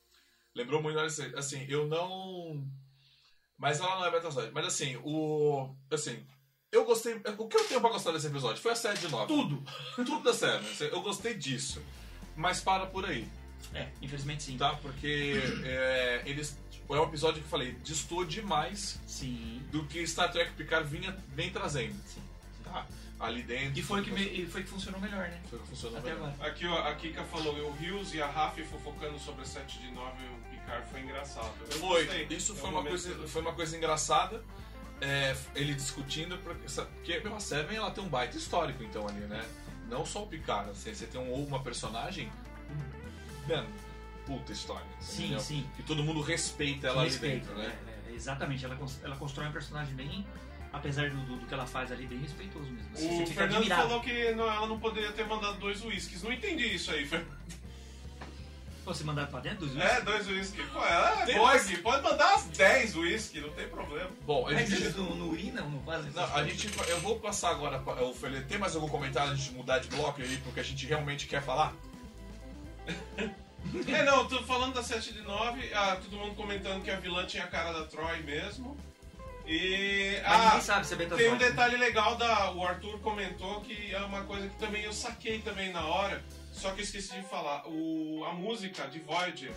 Speaker 1: Lembrou muito, assim, assim, eu não. Mas ela não é Beta Zed. Mas assim, o. Assim, eu gostei. O que eu tenho pra gostar desse episódio? Foi a série de 9.
Speaker 3: Tudo.
Speaker 1: Tudo da série. né? Eu gostei disso. Mas para por aí,
Speaker 3: É, infelizmente sim.
Speaker 1: tá? Porque é, eles. É um episódio que eu falei, distou demais
Speaker 3: Sim.
Speaker 1: do que Star Trek Picard vinha, vem trazendo.
Speaker 3: Sim.
Speaker 1: Tá? Ali dentro.
Speaker 3: E foi o que, me- e foi o que funcionou melhor, né?
Speaker 1: Foi o que funcionou
Speaker 3: Até
Speaker 1: melhor.
Speaker 3: agora.
Speaker 2: Aqui ó, a Kika falou, eu Rios e a Rafa fofocando sobre a 7 de 9 e o Picard foi engraçado. Eu
Speaker 1: Foi.
Speaker 2: gostei.
Speaker 1: Isso
Speaker 2: É
Speaker 1: foi
Speaker 2: um
Speaker 1: uma,
Speaker 2: momento
Speaker 1: coisa,
Speaker 2: que-
Speaker 1: foi uma coisa engraçada. é, ele discutindo, porque, sa- porque meu, a Seven ela tem um baita histórico, então, ali, né? Não só o Picard, assim, você tem um, ou uma personagem. hum, Mano, puta história.
Speaker 3: Sim,
Speaker 1: entendeu?
Speaker 3: sim.
Speaker 1: Que todo mundo respeita ela
Speaker 3: Respeito,
Speaker 1: ali dentro, né?
Speaker 3: é, é, exatamente. Ela, cons- ela constrói um personagem bem, apesar do, do- do que ela faz ali, bem respeitoso mesmo. Assim,
Speaker 2: O
Speaker 3: você fica
Speaker 2: Fernando
Speaker 3: admirado.
Speaker 2: falou que não, ela não poderia ter mandado dois uísques. Não entendi isso aí, Fernando.
Speaker 3: Pô, Você mandar pra dentro dos
Speaker 2: É, dois uísques. Pô, ela é
Speaker 1: Tem
Speaker 2: Borg, pode mandar as 10 uísques, não tem problema.
Speaker 1: Bom, a
Speaker 3: Mas
Speaker 1: gente.
Speaker 3: eles não, não urinam, não fazem
Speaker 1: Não,
Speaker 3: essas
Speaker 1: a
Speaker 3: coisas?
Speaker 1: gente. Eu vou passar agora pra- o Felipe. Tem mais algum comentário a gente mudar de bloco aí, porque a gente realmente quer falar?
Speaker 2: É, não, tô falando da 7 de 9, ah, todo mundo comentando que a vilã tinha a cara da Troy mesmo. E.
Speaker 3: Mas
Speaker 2: Ah,
Speaker 3: ninguém sabe se é Betazoide,
Speaker 2: Tem um
Speaker 3: né?
Speaker 2: detalhe legal da. O Arthur comentou que é uma coisa que também eu saquei também na hora, só que eu esqueci de falar. O, a música de Void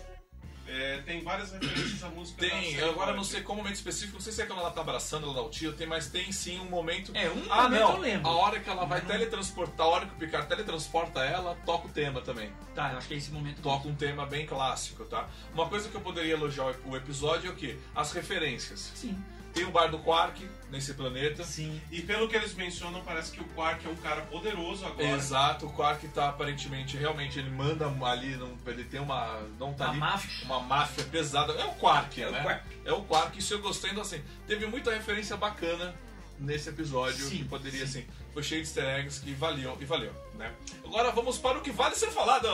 Speaker 2: é, tem várias referências à música da
Speaker 1: Tem,
Speaker 2: série
Speaker 1: eu agora
Speaker 2: Voyager.
Speaker 1: não sei qual momento específico, não sei se é quando ela tá abraçando, ela dá o tiro, tem, mas tem sim um momento.
Speaker 3: É, um
Speaker 1: ah,
Speaker 3: momento
Speaker 1: não,
Speaker 3: eu lembro.
Speaker 1: a hora que ela vai teletransportar, a hora que o Picard teletransporta ela, toca o tema também.
Speaker 3: Tá, eu acho que é esse momento.
Speaker 1: Toca um tema bem clássico, tá? Uma coisa que eu poderia elogiar o- o episódio é o quê? As referências.
Speaker 3: Sim. Então,
Speaker 1: Tem o bar do Quark nesse planeta.
Speaker 3: Sim.
Speaker 2: E pelo que eles mencionam, parece que o Quark é um cara poderoso agora.
Speaker 1: Exato, o Quark tá aparentemente, realmente, ele manda ali, não, ele tem uma. Não tá
Speaker 3: A
Speaker 1: ali.
Speaker 3: máfia.
Speaker 1: Uma máfia pesada. É o Quark,
Speaker 3: É o
Speaker 1: né?
Speaker 3: Quark.
Speaker 1: É o Quark, isso eu gostei. Então, assim, teve muita referência bacana nesse episódio
Speaker 3: Sim,
Speaker 1: que poderia, assim, foi cheio de easter eggs que valiam e valeu, né? Agora vamos para o que vale ser falado!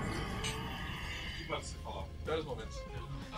Speaker 2: O que pode ser falado?
Speaker 1: Piores momentos.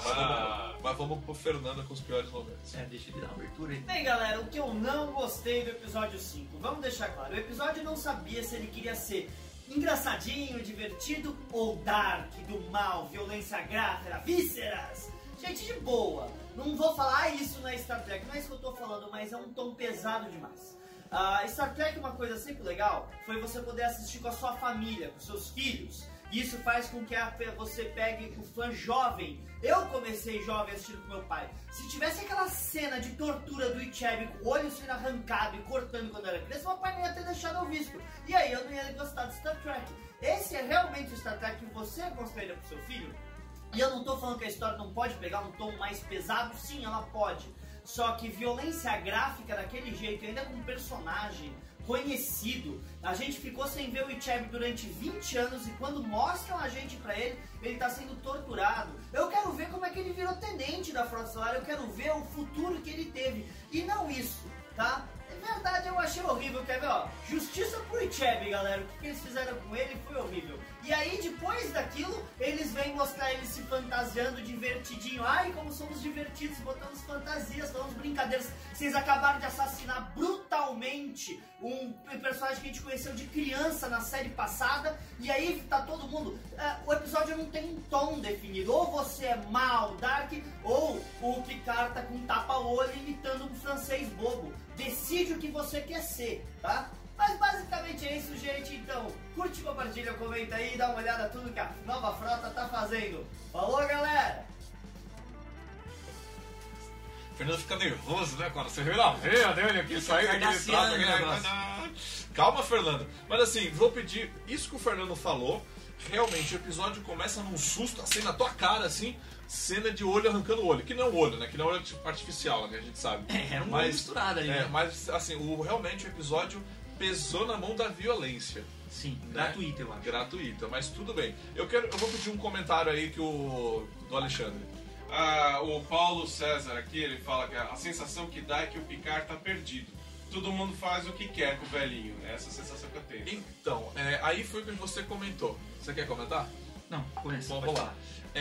Speaker 2: Ah.
Speaker 1: Mas vamos pro Fernando com os piores momentos.
Speaker 3: É, deixa ele dar uma abertura aí.
Speaker 5: Bem, galera, o que eu não gostei do episódio 5, vamos deixar claro, o episódio não sabia se ele queria ser engraçadinho, divertido ou dark, do mal, violência gráfica, vísceras. Gente de boa, não vou falar "Ah, isso na Star Trek, não é isso que eu tô falando, mas é um tom pesado demais. Ah, Star Trek, uma coisa sempre legal, foi você poder assistir com a sua família, com seus filhos. Isso faz com que a- você pegue o fã jovem. Eu comecei jovem assistindo com meu pai. Se tivesse aquela cena de tortura do Ichebe com o olho sendo arrancado e cortando quando era criança, meu pai não ia ter deixado eu visto. E aí eu não ia gostar de Star Trek. Esse é realmente o Star Trek que você aconselha pro seu filho? E eu não tô falando que a história não pode pegar um tom mais pesado, sim, ela pode. Só que violência gráfica daquele jeito, ainda com um personagem conhecido. A gente ficou sem ver o Ichab durante 20 anos e quando mostram a gente pra ele, ele tá sendo torturado. Eu quero ver como é que ele virou tenente da Frota Solar, eu quero ver o futuro que ele teve. E não isso, tá? É verdade, eu achei horrível, quer ver, ó? Justiça pro Ichebe, galera. O que, que eles fizeram com ele foi horrível. E aí, depois daquilo, eles vêm mostrar ele se fantasiando divertidinho. Ai, como somos divertidos, botamos fantasias, falamos brincadeiras. Vocês acabaram de assassinar brutalmente um personagem que a gente conheceu de criança na série passada. E aí tá todo mundo. ah, o episódio não tem um tom definido. Ou você é mal, Dark, ou o Picard tá com um tapa-olho imitando um francês bobo. Decide o que você quer ser, tá? Mas basicamente é isso, gente. Então, curte, compartilha, comenta aí, dá uma olhada tudo que a nova frota tá fazendo. Falou, galera!
Speaker 1: O Fernando fica nervoso, né, cara? Você viu na veia dele aqui, saiu daquele
Speaker 3: Cardassiano
Speaker 1: trato aqui,
Speaker 3: o negócio.
Speaker 1: né? Calma, Fernando. Mas assim, vou pedir, isso que o Fernando falou, realmente o episódio começa num susto, assim, na tua cara, assim, cena de olho arrancando o olho. Que não é um olho, né? Que não é um olho artificial, né? A gente sabe.
Speaker 3: É, era um
Speaker 1: Mas-
Speaker 3: olho misturado ali.
Speaker 1: É,
Speaker 3: né?
Speaker 1: mas assim, o, realmente o episódio pesou na mão da violência
Speaker 3: Sim, gratuito, eu acho.
Speaker 1: gratuita, mas tudo bem. Eu quero, eu vou pedir um comentário aí que o do Alexandre.
Speaker 2: Ah, o Paulo César aqui, ele fala que a sensação que dá é que o Picard tá perdido. Todo mundo faz o que quer com o velhinho. né? Essa é a sensação que eu tenho.
Speaker 1: Então, é, aí foi o que você comentou. Você quer comentar?
Speaker 3: Não, começa.
Speaker 1: Bom,
Speaker 3: pode
Speaker 1: vamos lá.
Speaker 3: falar.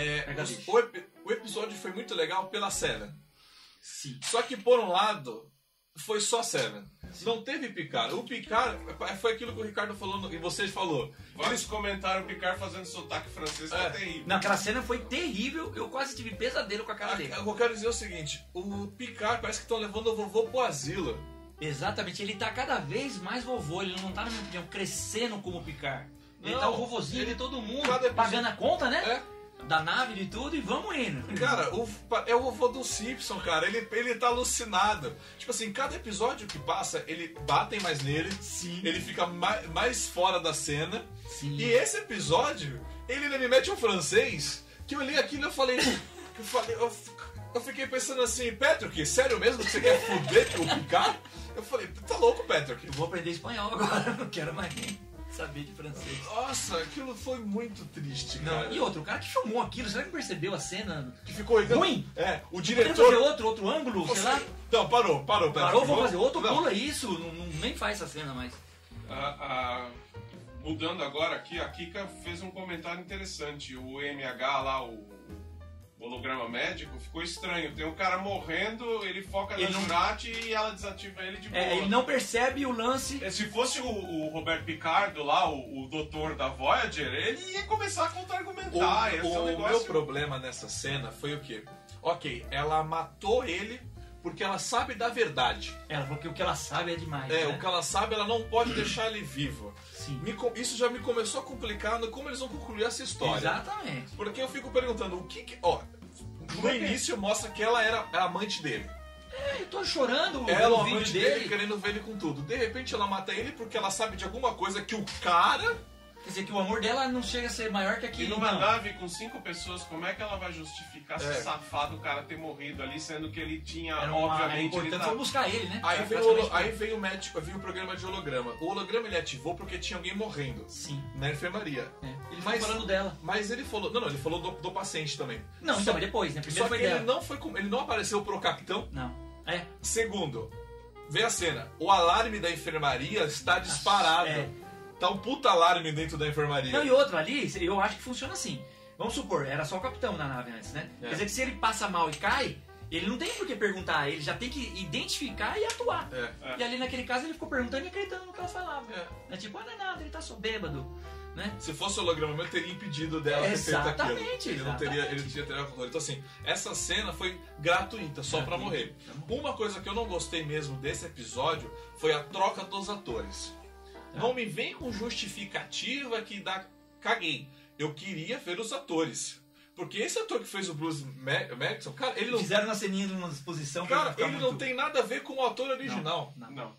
Speaker 1: É,
Speaker 3: Pega
Speaker 1: os-
Speaker 3: lixo.
Speaker 1: o, epi- o episódio foi muito legal pela Seven.
Speaker 3: Sim.
Speaker 1: Só que por um lado foi só Seven. Não teve Picard. O Picard é, foi aquilo que o Ricardo falou no- e vocês falou.
Speaker 2: Vários comentaram o Picard fazendo sotaque francês, tá
Speaker 1: É.
Speaker 2: terrível.
Speaker 3: Não, aquela cena foi terrível, eu quase tive pesadelo com a cara dele.
Speaker 1: Ah, Eu quero dizer o seguinte, o Picard parece que estão levando o vovô pro asilo.
Speaker 3: Exatamente, ele tá cada vez mais vovô, ele não tá, na minha opinião, crescendo como Picard. Ele
Speaker 1: Não,
Speaker 3: tá o vovozinho
Speaker 1: ele-
Speaker 3: de todo mundo,
Speaker 1: cada episódio-
Speaker 3: pagando a conta, né?
Speaker 1: É,
Speaker 3: Da nave, de tudo, e vamos indo.
Speaker 1: Cara, o- é o vovô do Simpson, cara. Ele, ele tá alucinado. Tipo assim, cada episódio que passa, ele batem mais nele.
Speaker 3: Sim.
Speaker 1: Ele fica mais, mais fora da cena.
Speaker 3: Sim.
Speaker 1: E esse episódio, ele, ele me mete um francês que eu li aquilo e eu falei. Eu, falei eu, f- eu fiquei pensando assim, Patrick, sério mesmo que você quer foder o Picard? Eu falei, tá louco, Patrick.
Speaker 3: Eu vou aprender espanhol agora, não quero mais nem saber de francês.
Speaker 1: Nossa, aquilo foi muito triste, cara.
Speaker 3: Não, e outro, o cara que filmou aquilo, será que percebeu a cena?
Speaker 1: que ficou olhando-
Speaker 3: Ruim.
Speaker 1: É, o
Speaker 3: Quer fazer
Speaker 1: diretor.
Speaker 3: outro, outro ângulo, sei lá.
Speaker 1: Não, parou, parou, Patrick.
Speaker 3: Parou, vou fazer outro
Speaker 1: Não,
Speaker 3: pula isso, não, não- nem faz essa cena mais.
Speaker 2: Ah, ah, mudando agora aqui, a Kika fez um comentário interessante. O MH lá, o holograma médico, ficou estranho. Tem um cara morrendo, ele foca
Speaker 3: Ele
Speaker 2: na
Speaker 3: não-
Speaker 2: Jurati e ela desativa ele de boa.
Speaker 3: É, ele não percebe o lance.
Speaker 2: É, Se fosse o, o Roberto Picardo lá, o, o doutor da Voyager, ele ia começar a
Speaker 1: O,
Speaker 2: contra-argumentar. ia ser um
Speaker 1: o
Speaker 2: negócio...
Speaker 1: meu problema nessa cena foi o quê? Ok, ela matou ele porque ela sabe da verdade.
Speaker 3: Ela, porque o que ela sabe é demais.
Speaker 1: É,
Speaker 3: né?
Speaker 1: o que ela sabe, ela não pode deixar ele vivo.
Speaker 3: Sim.
Speaker 1: Me co- isso já me começou a complicar no como eles vão concluir essa história.
Speaker 3: Exatamente.
Speaker 1: Porque eu fico perguntando, o que que... Ó, no início mostra que ela era a amante dele.
Speaker 3: É, Eu tô chorando
Speaker 1: Ela,
Speaker 3: vendo
Speaker 1: o
Speaker 3: o vídeo
Speaker 1: amante
Speaker 3: dele.
Speaker 1: dele, querendo ver ele com tudo. De repente ela mata ele porque ela sabe de alguma coisa que o cara...
Speaker 3: Quer dizer, que o amor dela não chega a ser maior que
Speaker 2: E
Speaker 3: aquele.
Speaker 2: numa
Speaker 3: não.
Speaker 2: nave com cinco pessoas, como é que ela vai justificar
Speaker 1: É.
Speaker 2: se safado o cara ter morrido ali, sendo que ele tinha,
Speaker 3: Era uma,
Speaker 2: obviamente, ele
Speaker 3: importante
Speaker 2: tá...
Speaker 3: foi buscar ele, né?
Speaker 1: Aí
Speaker 3: Era
Speaker 1: veio, o,
Speaker 3: praticamente-
Speaker 1: holo- aí veio o médico, veio o programa de holograma. O holograma ele ativou porque tinha alguém morrendo
Speaker 3: Sim.
Speaker 1: na enfermaria.
Speaker 3: É. Ele ficou
Speaker 1: Mas-
Speaker 3: falando dela.
Speaker 1: Mas ele falou... Não, não, ele falou do, do paciente também.
Speaker 3: Não,
Speaker 1: Só-
Speaker 3: então, depois, né? Primeiro
Speaker 1: Só que
Speaker 3: foi
Speaker 1: ele
Speaker 3: dela.
Speaker 1: não, foi, com- ele não apareceu pro capitão.
Speaker 3: Não. É.
Speaker 1: Segundo, vê a cena. O alarme da enfermaria está disparado.
Speaker 3: É.
Speaker 1: Tá um puta alarme dentro da enfermaria.
Speaker 3: Não, e outra ali, eu acho que funciona assim. Vamos supor, era só o capitão na nave antes, né?
Speaker 1: É.
Speaker 3: Quer dizer que se ele passa mal e cai, ele não tem por que perguntar, ele já tem que identificar e atuar.
Speaker 1: É.
Speaker 2: É.
Speaker 3: E ali naquele caso ele ficou perguntando e acreditando no que ela falava.
Speaker 1: É.
Speaker 3: É tipo, ah, não é nada, ele tá só bêbado.
Speaker 1: Se fosse holograma, eu teria impedido dela ter feito aquilo.
Speaker 3: Exatamente,
Speaker 1: Ele não teria, ele
Speaker 3: exatamente.
Speaker 1: teria teria controle. Então assim, essa cena foi gratuita, só pra
Speaker 3: Gratuita.
Speaker 1: morrer. Uma coisa que eu não gostei mesmo desse episódio foi a troca dos atores.
Speaker 3: Tá.
Speaker 1: Não me vem com justificativa que dá caguei. Eu queria ver os atores. Porque esse ator que fez o Bruce Ma- Madison, cara, ele não
Speaker 3: Fizeram na ceninha numa exposição pra
Speaker 1: Cara,
Speaker 3: ficar
Speaker 1: ele
Speaker 3: muito...
Speaker 1: não tem nada a ver com o autor original,
Speaker 3: Não,
Speaker 2: Não.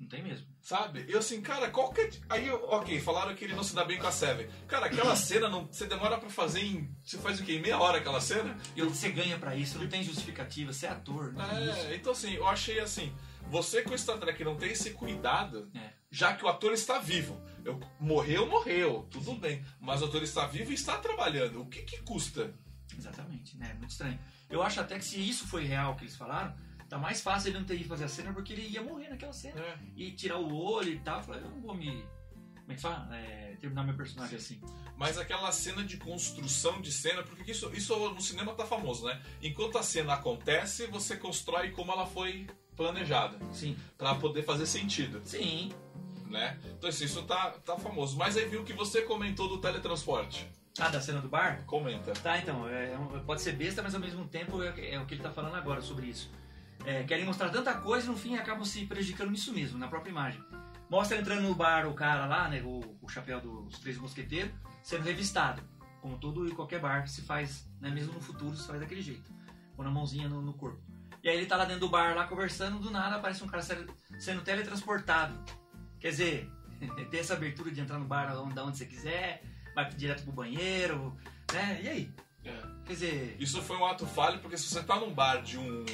Speaker 3: não tem mesmo.
Speaker 1: sabe? Eu assim, cara, qual que é... Aí, eu- ok, falaram que ele não se dá bem com a Seven. Cara, aquela cena, não... você demora pra fazer em... Você faz o quê? Em meia hora aquela cena?
Speaker 3: E você ganha pra isso, não tem justificativa, você é ator, não tem isso.
Speaker 1: É, então assim, eu achei assim... Você com o Star Trek não tem esse cuidado,
Speaker 3: É.
Speaker 1: já que o ator está vivo. Eu- morreu, morreu, tudo bem. Mas o ator está vivo e está trabalhando. O que que custa?
Speaker 3: Exatamente, né? Muito estranho. Eu acho até que se isso foi real que eles falaram, tá mais fácil ele não ter ido fazer a cena porque ele ia morrer naquela cena.
Speaker 1: É.
Speaker 3: E tirar o olho e tal. Eu falei, eu não vou me. Como é que fala? É, terminar meu personagem assim.
Speaker 1: Mas aquela cena de construção de cena, porque isso, isso no cinema tá famoso, né? Enquanto a cena acontece, você constrói como ela foi planejada,
Speaker 3: Sim.
Speaker 1: Pra poder fazer sentido,
Speaker 3: Sim.
Speaker 1: né? Então assim, isso tá, tá famoso. Mas aí viu que você comentou do teletransporte.
Speaker 3: Ah, da cena do bar?
Speaker 1: Comenta.
Speaker 3: Tá, então. é- é um- pode ser besta, mas ao mesmo tempo é, é o que ele tá falando agora sobre isso. É, querem mostrar tanta coisa e no fim acabam se prejudicando nisso mesmo, na própria imagem. Mostra entrando no bar o cara lá, né? O, o chapéu dos três mosqueteiros, sendo revistado. Como todo e qualquer bar que se faz, né? Mesmo no futuro, se faz daquele jeito. Ou na mãozinha no, no corpo. E aí ele tá lá dentro do bar lá conversando, do nada aparece um cara sendo, sendo teletransportado. Quer dizer, ter essa abertura de entrar no bar onde, da onde você quiser, vai direto pro banheiro, né? E aí?
Speaker 1: É.
Speaker 3: Quer dizer,
Speaker 1: Isso foi um ato falho, porque se você tá num bar de um.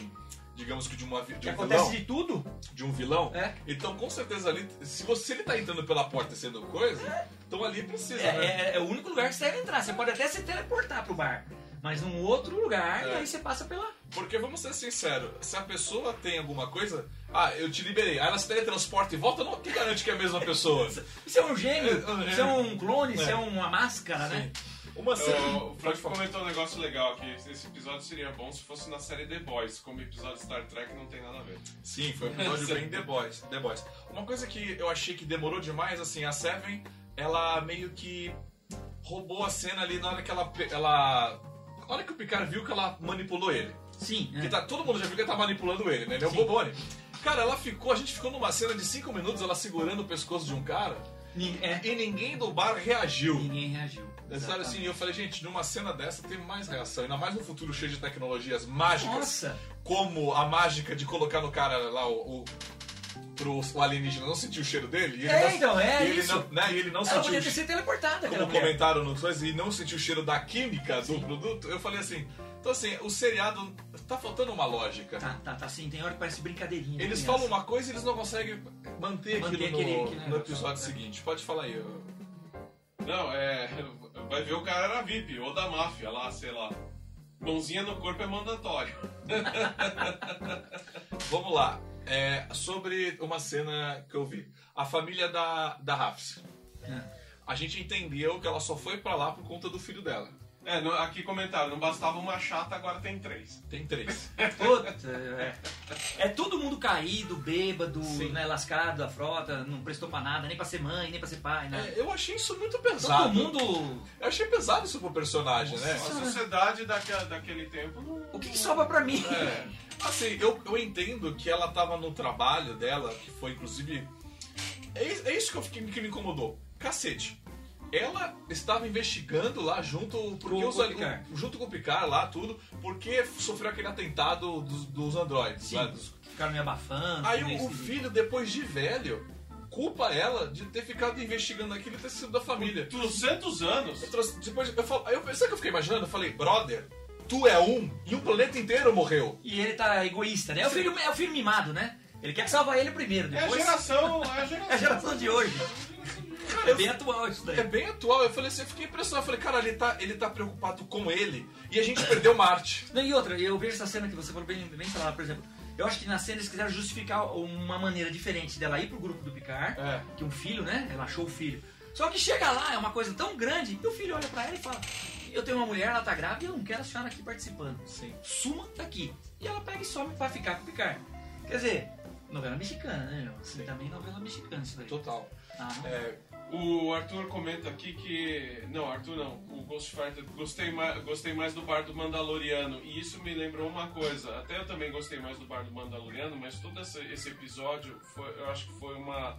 Speaker 1: Digamos que de, uma, vi- de
Speaker 3: que
Speaker 1: um
Speaker 3: acontece
Speaker 1: vilão.
Speaker 3: de tudo,
Speaker 1: De um vilão.
Speaker 3: é,
Speaker 1: Então com certeza ali. Se, você, se ele tá entrando pela porta e sendo coisa, então ali precisa,
Speaker 3: é,
Speaker 1: né?
Speaker 3: é- é o único lugar que você deve entrar. Você pode até se teleportar pro bar, mas num outro lugar,
Speaker 1: É.
Speaker 3: e aí você passa pela.
Speaker 1: Porque vamos ser sinceros, se a pessoa tem alguma coisa, ah, eu te liberei, aí ela se teletransporta e volta, não que garante que é a mesma pessoa.
Speaker 3: Isso é um gênio,
Speaker 1: É, é um
Speaker 3: isso é
Speaker 1: gênio.
Speaker 3: um clone,
Speaker 1: É.
Speaker 3: isso é uma máscara, né?
Speaker 1: Uma cena.
Speaker 2: Eu- O Frank comentou um negócio legal aqui. Esse episódio seria bom se fosse na série The Boys. Como episódio Star Trek não tem nada a ver.
Speaker 1: Sim, foi um episódio bem The Boys, The Boys. Uma coisa que eu achei que demorou demais, assim, a Seven, ela meio que roubou a cena ali na hora que ela. pe- ela... A hora que o Picard viu que ela manipulou ele.
Speaker 3: Sim,
Speaker 1: Que
Speaker 3: é.
Speaker 1: tá, todo mundo já viu que ela tá manipulando ele, né? Ele é o
Speaker 3: Sim.
Speaker 1: Bobone. Cara, ela ficou, a gente ficou numa cena de 5 minutos, ela segurando o pescoço de um cara,
Speaker 3: Nin- é.
Speaker 1: e ninguém do bar reagiu.
Speaker 3: ninguém reagiu.
Speaker 1: Sabe assim, eu falei, gente, numa cena dessa tem mais reação, ainda mais no futuro cheio de tecnologias mágicas,
Speaker 3: Nossa,
Speaker 1: como a mágica de colocar no cara lá o. o pro o alienígena não sentir o cheiro dele. E ele
Speaker 3: É,
Speaker 1: não,
Speaker 3: então, é
Speaker 1: e ele
Speaker 3: isso.
Speaker 1: Não, né, e ele não
Speaker 3: ela
Speaker 1: sentiu
Speaker 3: podia
Speaker 1: o
Speaker 3: ter
Speaker 1: cheiro.
Speaker 3: sido teleportada, aquela
Speaker 1: Como
Speaker 3: mulher.
Speaker 1: comentaram no coisa, e não sentiu o cheiro da química do produto, eu falei assim. Então assim, o seriado tá faltando uma lógica.
Speaker 3: Tá, tá, tá sim, tem hora que parece brincadeirinha. né,
Speaker 1: Eles
Speaker 3: criança.
Speaker 1: falam uma coisa e eles não conseguem manter,
Speaker 3: Manter
Speaker 1: aquilo
Speaker 3: aquele-
Speaker 1: no,
Speaker 3: aquele
Speaker 1: no
Speaker 3: negócio,
Speaker 1: episódio
Speaker 3: né?
Speaker 1: seguinte. Pode falar aí. eu-
Speaker 2: Não, é. Vai ver o cara era VIP ou da máfia lá, sei lá. Mãozinha no corpo é mandatório.
Speaker 1: Vamos lá. É, sobre uma cena que eu vi. A família da, da Rafs.
Speaker 3: É.
Speaker 1: A gente entendeu que ela só foi pra lá por conta do filho dela.
Speaker 2: É, no- aqui comentaram, não bastava uma chata, agora tem três.
Speaker 1: Tem três.
Speaker 3: Puta, é. É todo mundo caído, bêbado,
Speaker 1: Sim.
Speaker 3: né, lascado, a frota, não prestou pra nada, nem pra ser mãe, nem pra ser pai, né?
Speaker 1: É, eu achei isso muito
Speaker 3: todo
Speaker 1: pesado.
Speaker 3: mundo.
Speaker 1: Eu achei pesado isso pro personagem, né?
Speaker 2: A sociedade daquela- daquele tempo não.
Speaker 3: O que, que sobra pra mim?
Speaker 1: É. Assim, eu, eu entendo que ela tava no trabalho dela, que foi inclusive. É, is- é isso que, eu fiquei, que me incomodou. Cacete. Ela estava investigando lá junto porque
Speaker 3: Com
Speaker 1: os
Speaker 3: o
Speaker 1: ali-
Speaker 3: Picard.
Speaker 1: junto com o Picard lá, tudo, porque sofreu aquele atentado dos, dos androides.
Speaker 3: Sim,
Speaker 1: lá, dos-
Speaker 3: ficaram me abafando. né,
Speaker 1: Aí
Speaker 3: meio
Speaker 1: o, o
Speaker 3: esquisito.
Speaker 1: filho, depois de velho, culpa ela de ter ficado investigando aquilo e ter sido da família.
Speaker 2: 200 é anos?
Speaker 1: Eu trouxe- depois, eu falo, aí eu, sabe o que eu fiquei imaginando? Eu falei, brother, tu é um e um planeta inteiro morreu.
Speaker 3: E ele tá egoísta, né? É o filho, é o filho mimado, né? Ele quer salvar ele primeiro,
Speaker 2: É a
Speaker 3: depois.
Speaker 2: geração, é a geração.
Speaker 3: É a geração de hoje.
Speaker 1: Cara,
Speaker 3: É
Speaker 1: eu-
Speaker 3: bem atual isso
Speaker 1: é
Speaker 3: daí.
Speaker 1: bem atual. Eu falei assim, eu fiquei impressionado. Eu falei, cara, ele tá, ele tá preocupado com ele e a gente perdeu Marte.
Speaker 3: Não, e outra, eu vejo essa cena que você falou bem, bem falada, por exemplo. Eu acho que na cena eles quiseram justificar uma maneira diferente dela ir pro grupo do Picard,
Speaker 1: É.
Speaker 3: que um filho, né? Ela achou o filho. Só que chega lá, é uma coisa tão grande, e o filho olha pra ela e fala: Eu tenho uma mulher, ela tá grávida, e eu não quero a senhora aqui participando.
Speaker 1: Sim.
Speaker 3: Suma daqui. E ela pega e some pra ficar com o Picard. Quer dizer, novela mexicana, né? meu? Assim,
Speaker 1: Sim.
Speaker 3: também novela mexicana isso daí.
Speaker 1: Total.
Speaker 3: Ah, não.
Speaker 1: É,
Speaker 2: O Arthur comenta aqui que. Não, Arthur não. O Ghost Fighter. Gostei, ma... gostei mais do bar do Mandaloriano. E isso me lembrou uma coisa. Até eu também gostei mais do bar do Mandaloriano, mas todo essa- esse episódio foi- eu acho que foi uma.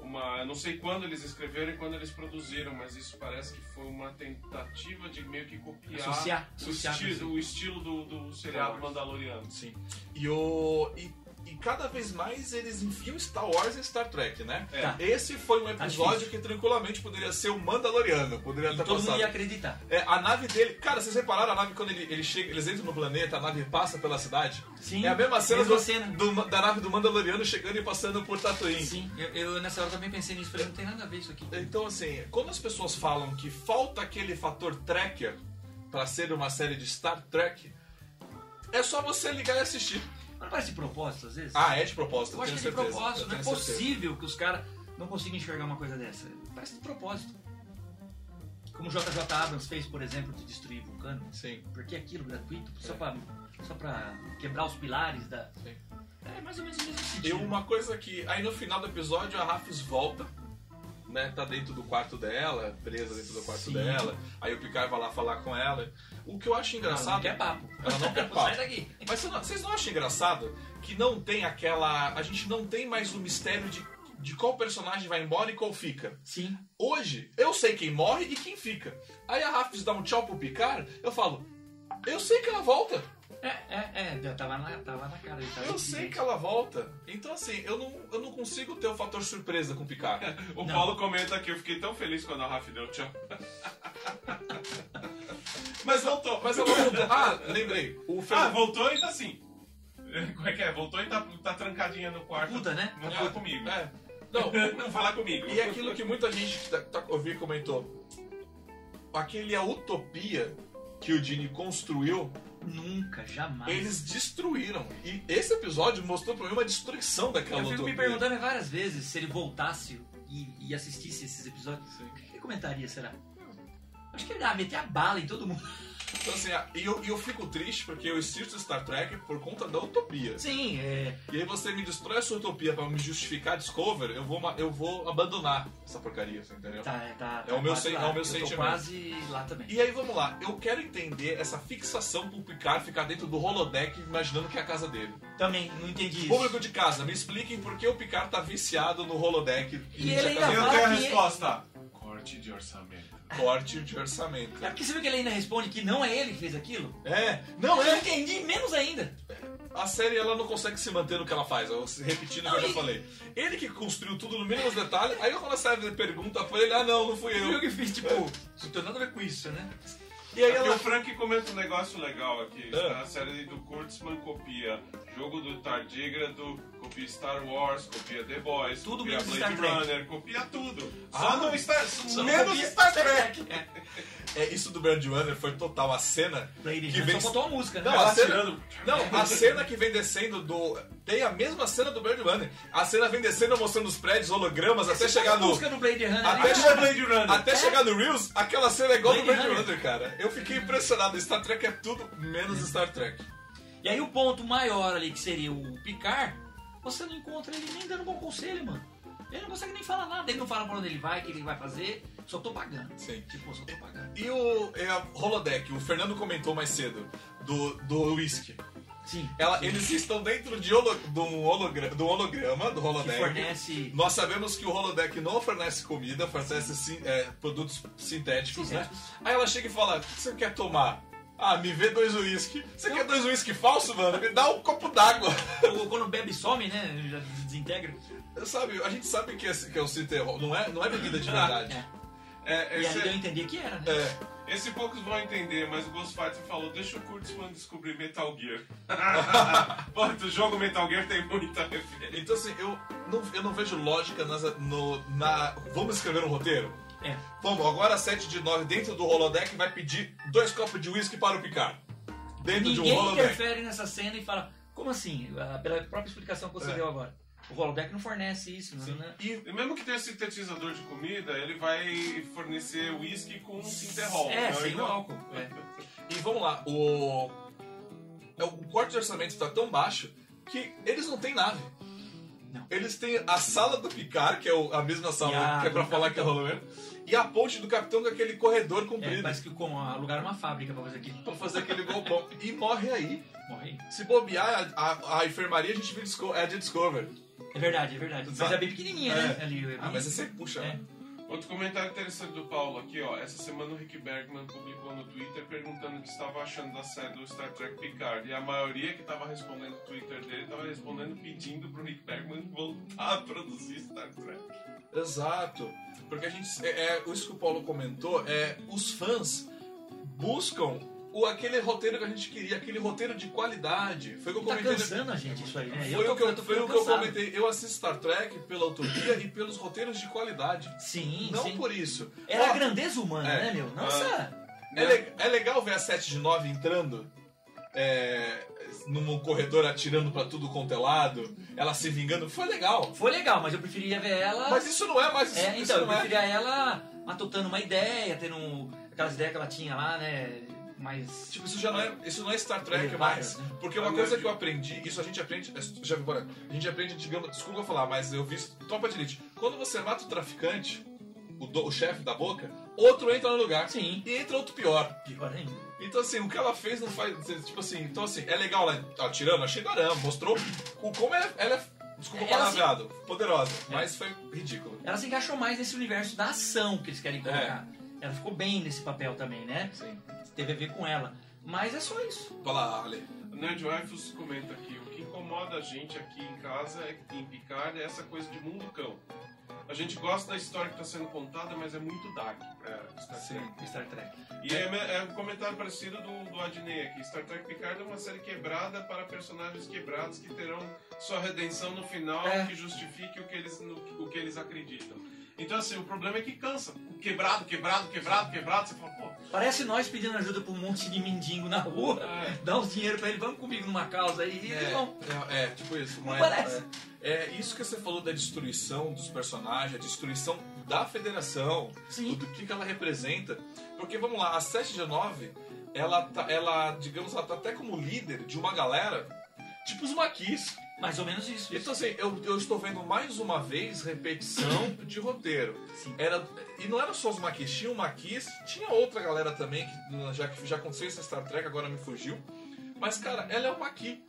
Speaker 2: uma... Eu não sei quando eles escreveram e quando eles produziram, mas isso parece que foi uma tentativa de meio que copiar
Speaker 3: Associar-
Speaker 2: o,
Speaker 3: associar
Speaker 2: esti-
Speaker 3: com
Speaker 2: o estilo do, do seriado Mandaloriano.
Speaker 1: sim. E o. E, e cada vez mais eles enfiam Star Wars e Star Trek, né?
Speaker 2: É.
Speaker 3: Tá.
Speaker 1: Esse foi um
Speaker 3: Tá
Speaker 1: episódio que tranquilamente poderia ser o Mandaloriano. Poderia
Speaker 3: E
Speaker 1: ter
Speaker 3: todo mundo
Speaker 1: tá passado.
Speaker 3: ia acreditar.
Speaker 1: É, a nave dele. Cara, vocês repararam a nave quando ele, ele chega, eles entram no planeta, a nave passa pela cidade?
Speaker 3: Sim,
Speaker 1: É a mesma cena,
Speaker 3: mesma
Speaker 1: do-
Speaker 3: cena.
Speaker 1: do- da nave do Mandaloriano chegando e passando por Tatooine.
Speaker 3: Sim, eu, eu nessa hora também pensei nisso, falei, não tem nada a ver isso aqui.
Speaker 1: Então, assim, quando as pessoas falam que falta aquele fator tracker pra ser uma série de Star Trek, é só você ligar e assistir.
Speaker 3: Mas não parece de propósito, às vezes?
Speaker 1: Ah, é de propósito,
Speaker 3: eu acho
Speaker 1: tenho
Speaker 3: que é de
Speaker 1: certeza.
Speaker 3: propósito,
Speaker 1: eu
Speaker 3: não é
Speaker 1: tenho certeza.
Speaker 3: possível que os caras não consigam enxergar uma coisa dessa. Parece de propósito. Como o JJ Abrams fez, por exemplo, de destruir vulcano.
Speaker 1: Sim.
Speaker 3: Porque aquilo gratuito, só,
Speaker 1: É.
Speaker 3: pra, só pra quebrar os pilares da.
Speaker 1: Sim.
Speaker 3: É mais ou menos o mesmo
Speaker 1: E
Speaker 3: sentido.
Speaker 1: uma coisa que. Aí no final do episódio a Rafis volta, né? Tá dentro do quarto dela, presa dentro do quarto
Speaker 3: Sim.
Speaker 1: dela. Aí o Picard vai lá falar com ela. O que eu acho
Speaker 3: Ela não
Speaker 1: engraçado. é
Speaker 3: quer papo.
Speaker 1: Ela não quer
Speaker 3: Sai
Speaker 1: papo.
Speaker 3: daqui.
Speaker 1: Mas você não- vocês não acham engraçado que não tem aquela. A gente não tem mais o mistério de, de qual personagem vai embora e qual fica.
Speaker 3: Sim.
Speaker 1: Hoje, eu sei quem morre e quem fica. Aí a Rafis dá um tchau pro Picard, eu falo, eu sei que ela volta.
Speaker 3: É, é, é. Tava na, tava na cara. ele tava
Speaker 1: Eu
Speaker 3: desse
Speaker 1: sei
Speaker 3: jeito.
Speaker 1: que ela volta. Então, assim, eu não, eu não consigo ter o fator surpresa com o Picard.
Speaker 2: O
Speaker 3: Não.
Speaker 2: Paulo comenta aqui, eu fiquei tão feliz quando a Raf deu tchau.
Speaker 1: Mas voltou, mas ela voltou. Ah, lembrei. O
Speaker 2: Ah,
Speaker 1: Fernando.
Speaker 2: voltou e tá assim. Como é que é? Voltou e tá, tá trancadinha no quarto.
Speaker 3: Puta, né?
Speaker 2: Não
Speaker 1: Ah,
Speaker 2: fala comigo.
Speaker 1: é. Não,
Speaker 2: Não fala comigo.
Speaker 1: E aquilo que muita gente que tá, tá ouvindo comentou. Aquele é a utopia que o Dini construiu,
Speaker 3: Nunca, jamais.
Speaker 1: eles destruíram. E esse episódio mostrou pra mim uma destruição daquela
Speaker 3: Eu fico
Speaker 1: utopia.
Speaker 3: me perguntando várias vezes se ele voltasse e, e assistisse esses episódios.
Speaker 1: Sim.
Speaker 3: O que ele comentaria, será? Acho que ele ia meter a bala em todo mundo.
Speaker 1: Então, assim, a- e eu, e eu fico triste porque eu assisto Star Trek por conta da utopia.
Speaker 3: Sim, é.
Speaker 1: E aí você me destrói essa utopia pra me justificar Discover, eu vou, ma- eu vou abandonar essa porcaria, você entendeu?
Speaker 3: Tá, é, tá,
Speaker 1: É
Speaker 3: tá
Speaker 1: o meu
Speaker 3: quase
Speaker 1: sen-
Speaker 3: lá.
Speaker 1: é o meu
Speaker 3: Eu tô
Speaker 1: sentimento.
Speaker 3: quase lá também.
Speaker 1: E aí, vamos lá. Eu quero entender essa fixação pro Picard ficar dentro do holodeck imaginando que é a casa dele.
Speaker 3: Também, não entendi isso.
Speaker 1: Público de casa, me expliquem por que o Picard tá viciado no holodeck
Speaker 3: E ele
Speaker 1: tá
Speaker 3: ainda
Speaker 2: Eu
Speaker 3: fala
Speaker 2: tenho a
Speaker 3: que-
Speaker 2: resposta. Corte de orçamento.
Speaker 1: corte de orçamento.
Speaker 3: É porque você viu que ele ainda responde que não é ele que fez aquilo?
Speaker 1: É, não
Speaker 3: Eu
Speaker 1: é.
Speaker 3: entendi menos ainda.
Speaker 1: A série ela não consegue se manter no que ela faz, eu- repetindo o que eu já falei. Ele que construiu tudo no mínimo detalhe, aí quando a série pergunta pra ele, ah não, não fui
Speaker 3: Viu
Speaker 1: eu. É.
Speaker 3: que fiz, tipo, não tem nada a ver com isso, né?
Speaker 1: E aí
Speaker 2: Aqui
Speaker 1: ela
Speaker 2: o Frank comenta um negócio legal aqui.
Speaker 1: Ah.
Speaker 2: A série do Kurtzman copia jogo do Tardígrado, copia Star Wars, copia The Boys,
Speaker 3: Tudo
Speaker 2: copia
Speaker 3: menos
Speaker 2: Blade
Speaker 3: Star Trek.
Speaker 2: Runner, copia tudo.
Speaker 1: Ah.
Speaker 2: Só não Star
Speaker 3: Só não
Speaker 2: Menos
Speaker 3: copia
Speaker 2: Star Trek.
Speaker 1: É, isso do Brand Runner foi total. A cena.
Speaker 3: Blade
Speaker 1: Que
Speaker 3: Runner
Speaker 1: vem-
Speaker 3: só botou uma música, né?
Speaker 1: Não, a cena,
Speaker 2: Atirando.
Speaker 1: não, a cena que vem descendo do. Tem a mesma cena do Brand Runner. A cena vem descendo mostrando os prédios, hologramas, até chegar
Speaker 3: A
Speaker 1: no.
Speaker 3: música do Blade Runner.
Speaker 1: Até,
Speaker 3: né?
Speaker 1: chegar-
Speaker 2: Blade Runner.
Speaker 1: até chegar no Reels, aquela cena é igual do
Speaker 3: Blade
Speaker 1: Brand
Speaker 3: Runner.
Speaker 1: Runner, cara. Eu fiquei impressionado. Star Trek é tudo menos Star Trek.
Speaker 3: E aí o ponto maior ali, que seria o Picard, você não encontra ele nem dando um bom conselho, mano. Ele não consegue nem falar nada, ele não fala pra onde ele vai, o que ele vai fazer, só tô pagando.
Speaker 1: Sim.
Speaker 3: Tipo, só tô pagando.
Speaker 1: E o é, a Holodeck, o Fernando comentou mais cedo, do, do whisky.
Speaker 3: Sim.
Speaker 1: Ela-
Speaker 3: sim.
Speaker 1: eles estão dentro de, holo, de, um holograma, do holograma, do
Speaker 3: que
Speaker 1: holodeck.
Speaker 3: fornece
Speaker 1: Nós sabemos que o holodeck não fornece comida, fornece sin- é, produtos sintéticos, né? Aí ela chega e fala, o que você quer tomar? Ah, me vê dois uísque. Você quer dois uísque falso, mano? Me dá um copo d'água.
Speaker 3: Ou quando bebe some, né? Já desintegra.
Speaker 1: Sabe, a gente sabe que, esse, que é o Citerol, não é, não é bebida de verdade.
Speaker 3: É.
Speaker 2: É,
Speaker 3: E aí deu a
Speaker 2: esse,
Speaker 3: entender que era, né?
Speaker 1: É.
Speaker 2: esse poucos vão entender, mas o Ghostfighter falou, deixa o Kurtzman descobrir Metal Gear. Pô, o jogo Metal Gear tem muita referência.
Speaker 1: Então assim, eu não, eu não vejo lógica nas, no, na... Vamos escrever um roteiro?
Speaker 3: É.
Speaker 1: Vamos, agora 7 de 9 dentro do holodeck vai pedir dois copos de uísque para o Picard. Dentro de um
Speaker 3: Ninguém
Speaker 1: holodeck.
Speaker 3: interfere nessa cena e fala, como assim? Ah, Pela própria explicação que você
Speaker 1: É.
Speaker 3: deu agora. O holodeck não fornece isso, não, né?
Speaker 1: E
Speaker 2: E mesmo que tenha sintetizador de comida, ele vai fornecer uísque com sinterol.
Speaker 3: É,
Speaker 2: né?
Speaker 3: sem o
Speaker 2: Então-
Speaker 3: álcool. É.
Speaker 1: E vamos lá, o. é, O corte de orçamento está tão baixo que eles não têm nave.
Speaker 3: Não.
Speaker 1: Eles têm a sala do Picard, que é o- a mesma
Speaker 3: E
Speaker 1: sala
Speaker 3: a
Speaker 1: que é pra
Speaker 3: do
Speaker 1: falar que é rolando, e a ponte do capitão com aquele corredor
Speaker 3: É,
Speaker 1: comprido
Speaker 3: parece que com, alugaram uma fábrica pra fazer aquilo.
Speaker 1: pra fazer aquele golpão. e morre aí.
Speaker 3: Morre.
Speaker 1: Se bobear, a, a- a enfermaria a gente viu Disco- é a de Discover.
Speaker 3: É verdade, é verdade. Mas é bem pequenininha, né?
Speaker 1: É.
Speaker 3: Ali, é
Speaker 1: Ah,
Speaker 3: bem-
Speaker 1: mas esse é puxa,
Speaker 3: É.
Speaker 1: né?
Speaker 2: Outro comentário interessante do Paulo aqui, ó. Essa semana o Rick Bergman publicou no Twitter perguntando o que estava achando da série do Star Trek Picard. E a maioria que estava respondendo o Twitter dele estava respondendo pedindo pro Rick Bergman voltar a produzir Star Trek.
Speaker 3: É.
Speaker 1: Exato. Porque a gente. É, é, isso que o Paulo comentou é os fãs buscam o, aquele roteiro que a gente queria, aquele roteiro de qualidade. Foi o que eu
Speaker 3: Tá
Speaker 1: comentei.
Speaker 3: cansando a gente isso aí, né?
Speaker 1: Foi
Speaker 3: tô-
Speaker 1: o que eu,
Speaker 3: tô
Speaker 1: foi o que
Speaker 3: ficando
Speaker 1: eu
Speaker 3: cansado.
Speaker 1: comentei. Eu assisto Star Trek pela utopia e pelos roteiros de qualidade.
Speaker 3: Sim,
Speaker 1: não
Speaker 3: sim.
Speaker 1: por isso.
Speaker 3: Era
Speaker 1: Ó,
Speaker 3: a grandeza humana,
Speaker 1: É.
Speaker 3: né, meu? Nossa!
Speaker 1: é, le- é legal ver a 7 de 9 entrando é, num corredor atirando pra tudo quanto é lado, ela se vingando. Foi legal.
Speaker 3: Foi legal, mas eu preferia ver ela.
Speaker 1: Mas isso não é mais.
Speaker 3: É,
Speaker 1: isso
Speaker 3: então, eu
Speaker 1: não é.
Speaker 3: preferia ela matutando uma ideia, tendo um- aquelas ideias que ela tinha lá, né? Mas.
Speaker 1: Tipo, isso já não é, isso não é Star Trek
Speaker 3: Elevadas,
Speaker 1: mais.
Speaker 3: né?
Speaker 1: Porque uma coisa que eu aprendi, isso a gente aprende. é, Já vi, bora, a gente aprende, digamos, desculpa eu falar, mas eu vi isso, tropa de elite. Quando você mata o traficante, o, do- o chefe da boca, outro entra no lugar.
Speaker 3: Sim.
Speaker 1: E entra outro pior.
Speaker 3: Pior ainda.
Speaker 1: Então, assim, o que ela fez não faz. Tipo assim, então, assim, é legal ela tá tirando, achei darama, mostrou o, como ela, ela é. Desculpa o
Speaker 3: Ela se-
Speaker 1: palavreado, poderosa,
Speaker 3: É.
Speaker 1: mas foi ridículo.
Speaker 3: Ela se encaixou mais nesse universo da ação que eles querem colocar. Ela ficou bem nesse papel também, né?
Speaker 1: É. Sim.
Speaker 3: Teve a ver com ela. Mas é só isso.
Speaker 1: Vai lá, Ale.
Speaker 2: O Nerd Rifles comenta aqui, o que incomoda a gente aqui em casa, é- em Picard, é essa coisa de mundo cão. A gente gosta da história que está sendo contada, mas é muito dark pra Star Trek.
Speaker 3: Star Trek.
Speaker 2: E é, é um comentário parecido do, do Adnei aqui. Star Trek Picard é uma série quebrada para personagens quebrados que terão sua redenção no final
Speaker 3: É.
Speaker 2: que justifique o que, eles, no- o que eles acreditam. Então, assim, o problema é que cansa. Quebrado, quebrado, quebrado, quebrado. Você fala, pô,
Speaker 3: Parece nós pedindo ajuda pra um monte de mendigo na rua.
Speaker 2: é.
Speaker 3: Dá uns dinheiro pra ele, vamos comigo numa causa aí. E
Speaker 1: É,
Speaker 3: vamos.
Speaker 1: é, é, tipo isso.
Speaker 3: Não
Speaker 1: mas,
Speaker 3: parece.
Speaker 1: É, é isso que você falou da destruição dos personagens, a destruição da federação, do,
Speaker 3: Sim.
Speaker 1: do que, que ela representa. Porque, vamos lá, a 7 de 9, ela, tá, ela, digamos, ela tá até como líder de uma galera, tipo os maquis.
Speaker 3: Mais ou menos isso.
Speaker 1: Então, assim, eu, eu estou vendo mais uma vez repetição de roteiro.
Speaker 3: Sim.
Speaker 1: Era, e não era só os maquis, tinha o maquis, tinha outra galera também, que na- já, que já aconteceu essa Star Trek, agora me fugiu. Mas, cara, ela é o maqui.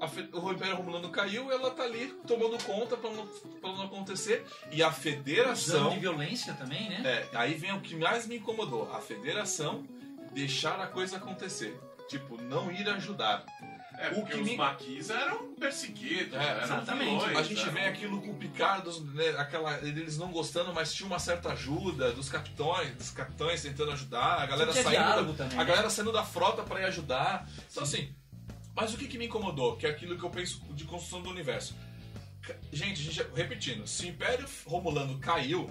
Speaker 1: A fe- O Império Romulano caiu, ela tá ali tomando conta pra não, pra não acontecer. E a
Speaker 3: Usando
Speaker 1: federação.
Speaker 3: de violência também, né?
Speaker 1: É, aí vem o que mais me incomodou: a federação deixar a coisa acontecer. Tipo, não ir ajudar.
Speaker 2: É,
Speaker 1: O
Speaker 2: porque
Speaker 1: que
Speaker 2: os
Speaker 1: me-
Speaker 2: maquis eram perseguidos,
Speaker 1: É, tá.
Speaker 2: eram
Speaker 3: exatamente.
Speaker 2: vilões, né?"
Speaker 1: A gente
Speaker 2: eram-
Speaker 1: vê aquilo com o Picard, dos- né, aquela, eles não gostando, mas tinha uma certa ajuda dos capitões, dos capitães tentando ajudar, a galera
Speaker 3: Tinha
Speaker 1: saindo, da,
Speaker 3: diálogo também,
Speaker 1: a
Speaker 3: né?
Speaker 1: galera saindo da frota pra ir ajudar. Então assim, mas o que, que me incomodou, que é aquilo que eu penso de construção do universo. Ca- Gente, a gente já- repetindo, se o Império Romulano caiu,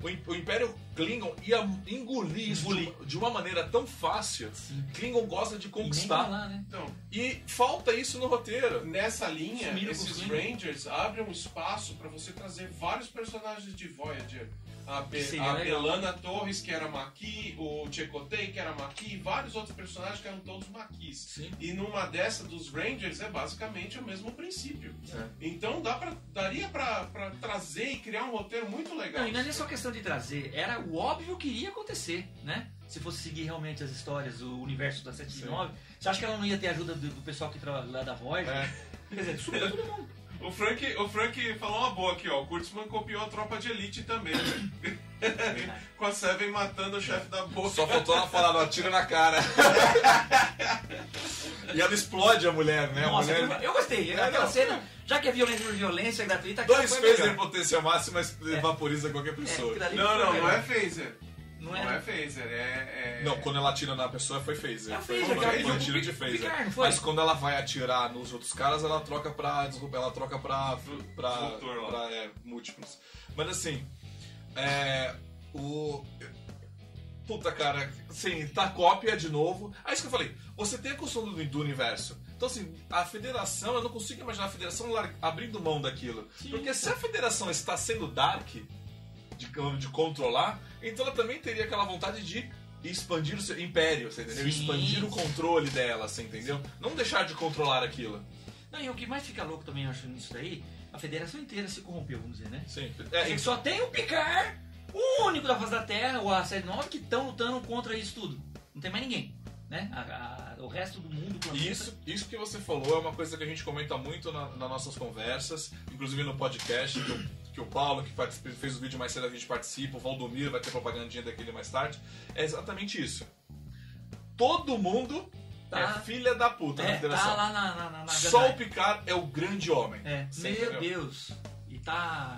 Speaker 1: o Im- o Império Klingon ia engolir isso de
Speaker 3: Engolir.
Speaker 1: uma- de uma maneira tão fácil.
Speaker 3: Sim.
Speaker 1: Klingon gosta de
Speaker 3: E nem
Speaker 1: conquistar.
Speaker 3: falar, né?
Speaker 2: Então,
Speaker 1: E falta isso no roteiro.
Speaker 2: nessa linha,
Speaker 3: Sumiram com os
Speaker 2: esses
Speaker 3: Klingons.
Speaker 2: Rangers abrem um espaço pra você trazer vários personagens de Voyager. A, Be
Speaker 3: Que seria
Speaker 2: a
Speaker 3: é legal.
Speaker 2: Belana Torres, que era Maquis, o Chekotei, que era Maquis, vários outros personagens que eram todos Maquis.
Speaker 1: Sim.
Speaker 2: E numa dessa dos Rangers é basicamente o mesmo princípio.
Speaker 3: É.
Speaker 2: Então dá pra, daria pra, pra trazer e criar um roteiro muito legal.
Speaker 3: é Não, e não é nem só questão de trazer, era o óbvio que iria acontecer, né? se fosse seguir realmente as histórias, o universo da 79, você acha que ela não ia ter ajuda do, do pessoal que trabalha lá da Voyager?
Speaker 1: É.
Speaker 3: Quer dizer, sumiu todo mundo.
Speaker 2: O Frank, o Frank falou uma boa aqui, ó. O Kurtzman copiou a tropa de elite também, né?
Speaker 3: é?
Speaker 2: Com a Seven matando o chefe da boca.
Speaker 1: Só faltou ela falar, ó, tira na cara. e ela explode a mulher, né? A
Speaker 3: Nossa,
Speaker 1: mulher-
Speaker 3: eu gostei. Aquela cena, já que é violência por violência, é gratuita, aquela
Speaker 1: Dois
Speaker 3: foi
Speaker 1: phaser em
Speaker 3: melhor.
Speaker 1: potência máxima vaporiza qualquer
Speaker 3: É,
Speaker 1: pessoa.
Speaker 3: aquilo ali
Speaker 2: Não,
Speaker 3: foi
Speaker 2: não,
Speaker 3: melhor.
Speaker 2: não é phaser.
Speaker 3: Não
Speaker 2: Não
Speaker 3: é.
Speaker 2: é phaser, é. é-
Speaker 1: Não, quando ela atira na pessoa foi phaser.
Speaker 3: É
Speaker 1: Foi,
Speaker 3: phaser,
Speaker 1: foi,
Speaker 2: cara.
Speaker 1: foi um tiro de phaser.
Speaker 3: Picard, não foi?
Speaker 1: Mas quando ela vai atirar nos outros caras, ela troca pra. Desculpa, ela troca pra. pra,
Speaker 2: Flutor lá.
Speaker 1: pra, é, múltiplos. Mas assim. É. O. Puta cara, assim, tá cópia de novo. Aí isso que eu falei, você tem a construção do, do universo. Então, assim, a federação, eu não consigo imaginar a federação lar- abrindo mão daquilo. Porque se a federação está sendo dark, de, de controlar, então ela também teria aquela vontade de expandir o seu império, você entendeu?
Speaker 3: Sim.
Speaker 1: Expandir o controle dela, você entendeu? Não deixar de controlar aquilo.
Speaker 3: Não, e o que mais fica louco também, eu acho, nisso daí, a federação inteira se corrompeu, vamos dizer, né?
Speaker 1: Sim.
Speaker 3: A gente só tem o Picard, o único da face da Terra, o A79, que estão lutando contra isso tudo. Não tem mais ninguém, né? A- a- o resto do mundo, o planeta...
Speaker 1: Isso, isso que você falou é uma coisa que a gente comenta muito na- nas nossas conversas, inclusive no podcast, que o, que o Paulo, que participa- fez o vídeo mais cedo, a gente participa, o Valdomiro vai ter propagandinha daquele mais tarde. É exatamente isso. Todo mundo
Speaker 3: Tá.
Speaker 1: é filha da puta na
Speaker 3: é,
Speaker 1: federação.
Speaker 3: tá lá na... na, na, na
Speaker 1: Só o
Speaker 3: Jedi.
Speaker 1: Picard é o grande homem.
Speaker 3: É,
Speaker 1: Você
Speaker 3: meu
Speaker 1: entendeu?
Speaker 3: Deus. E tá...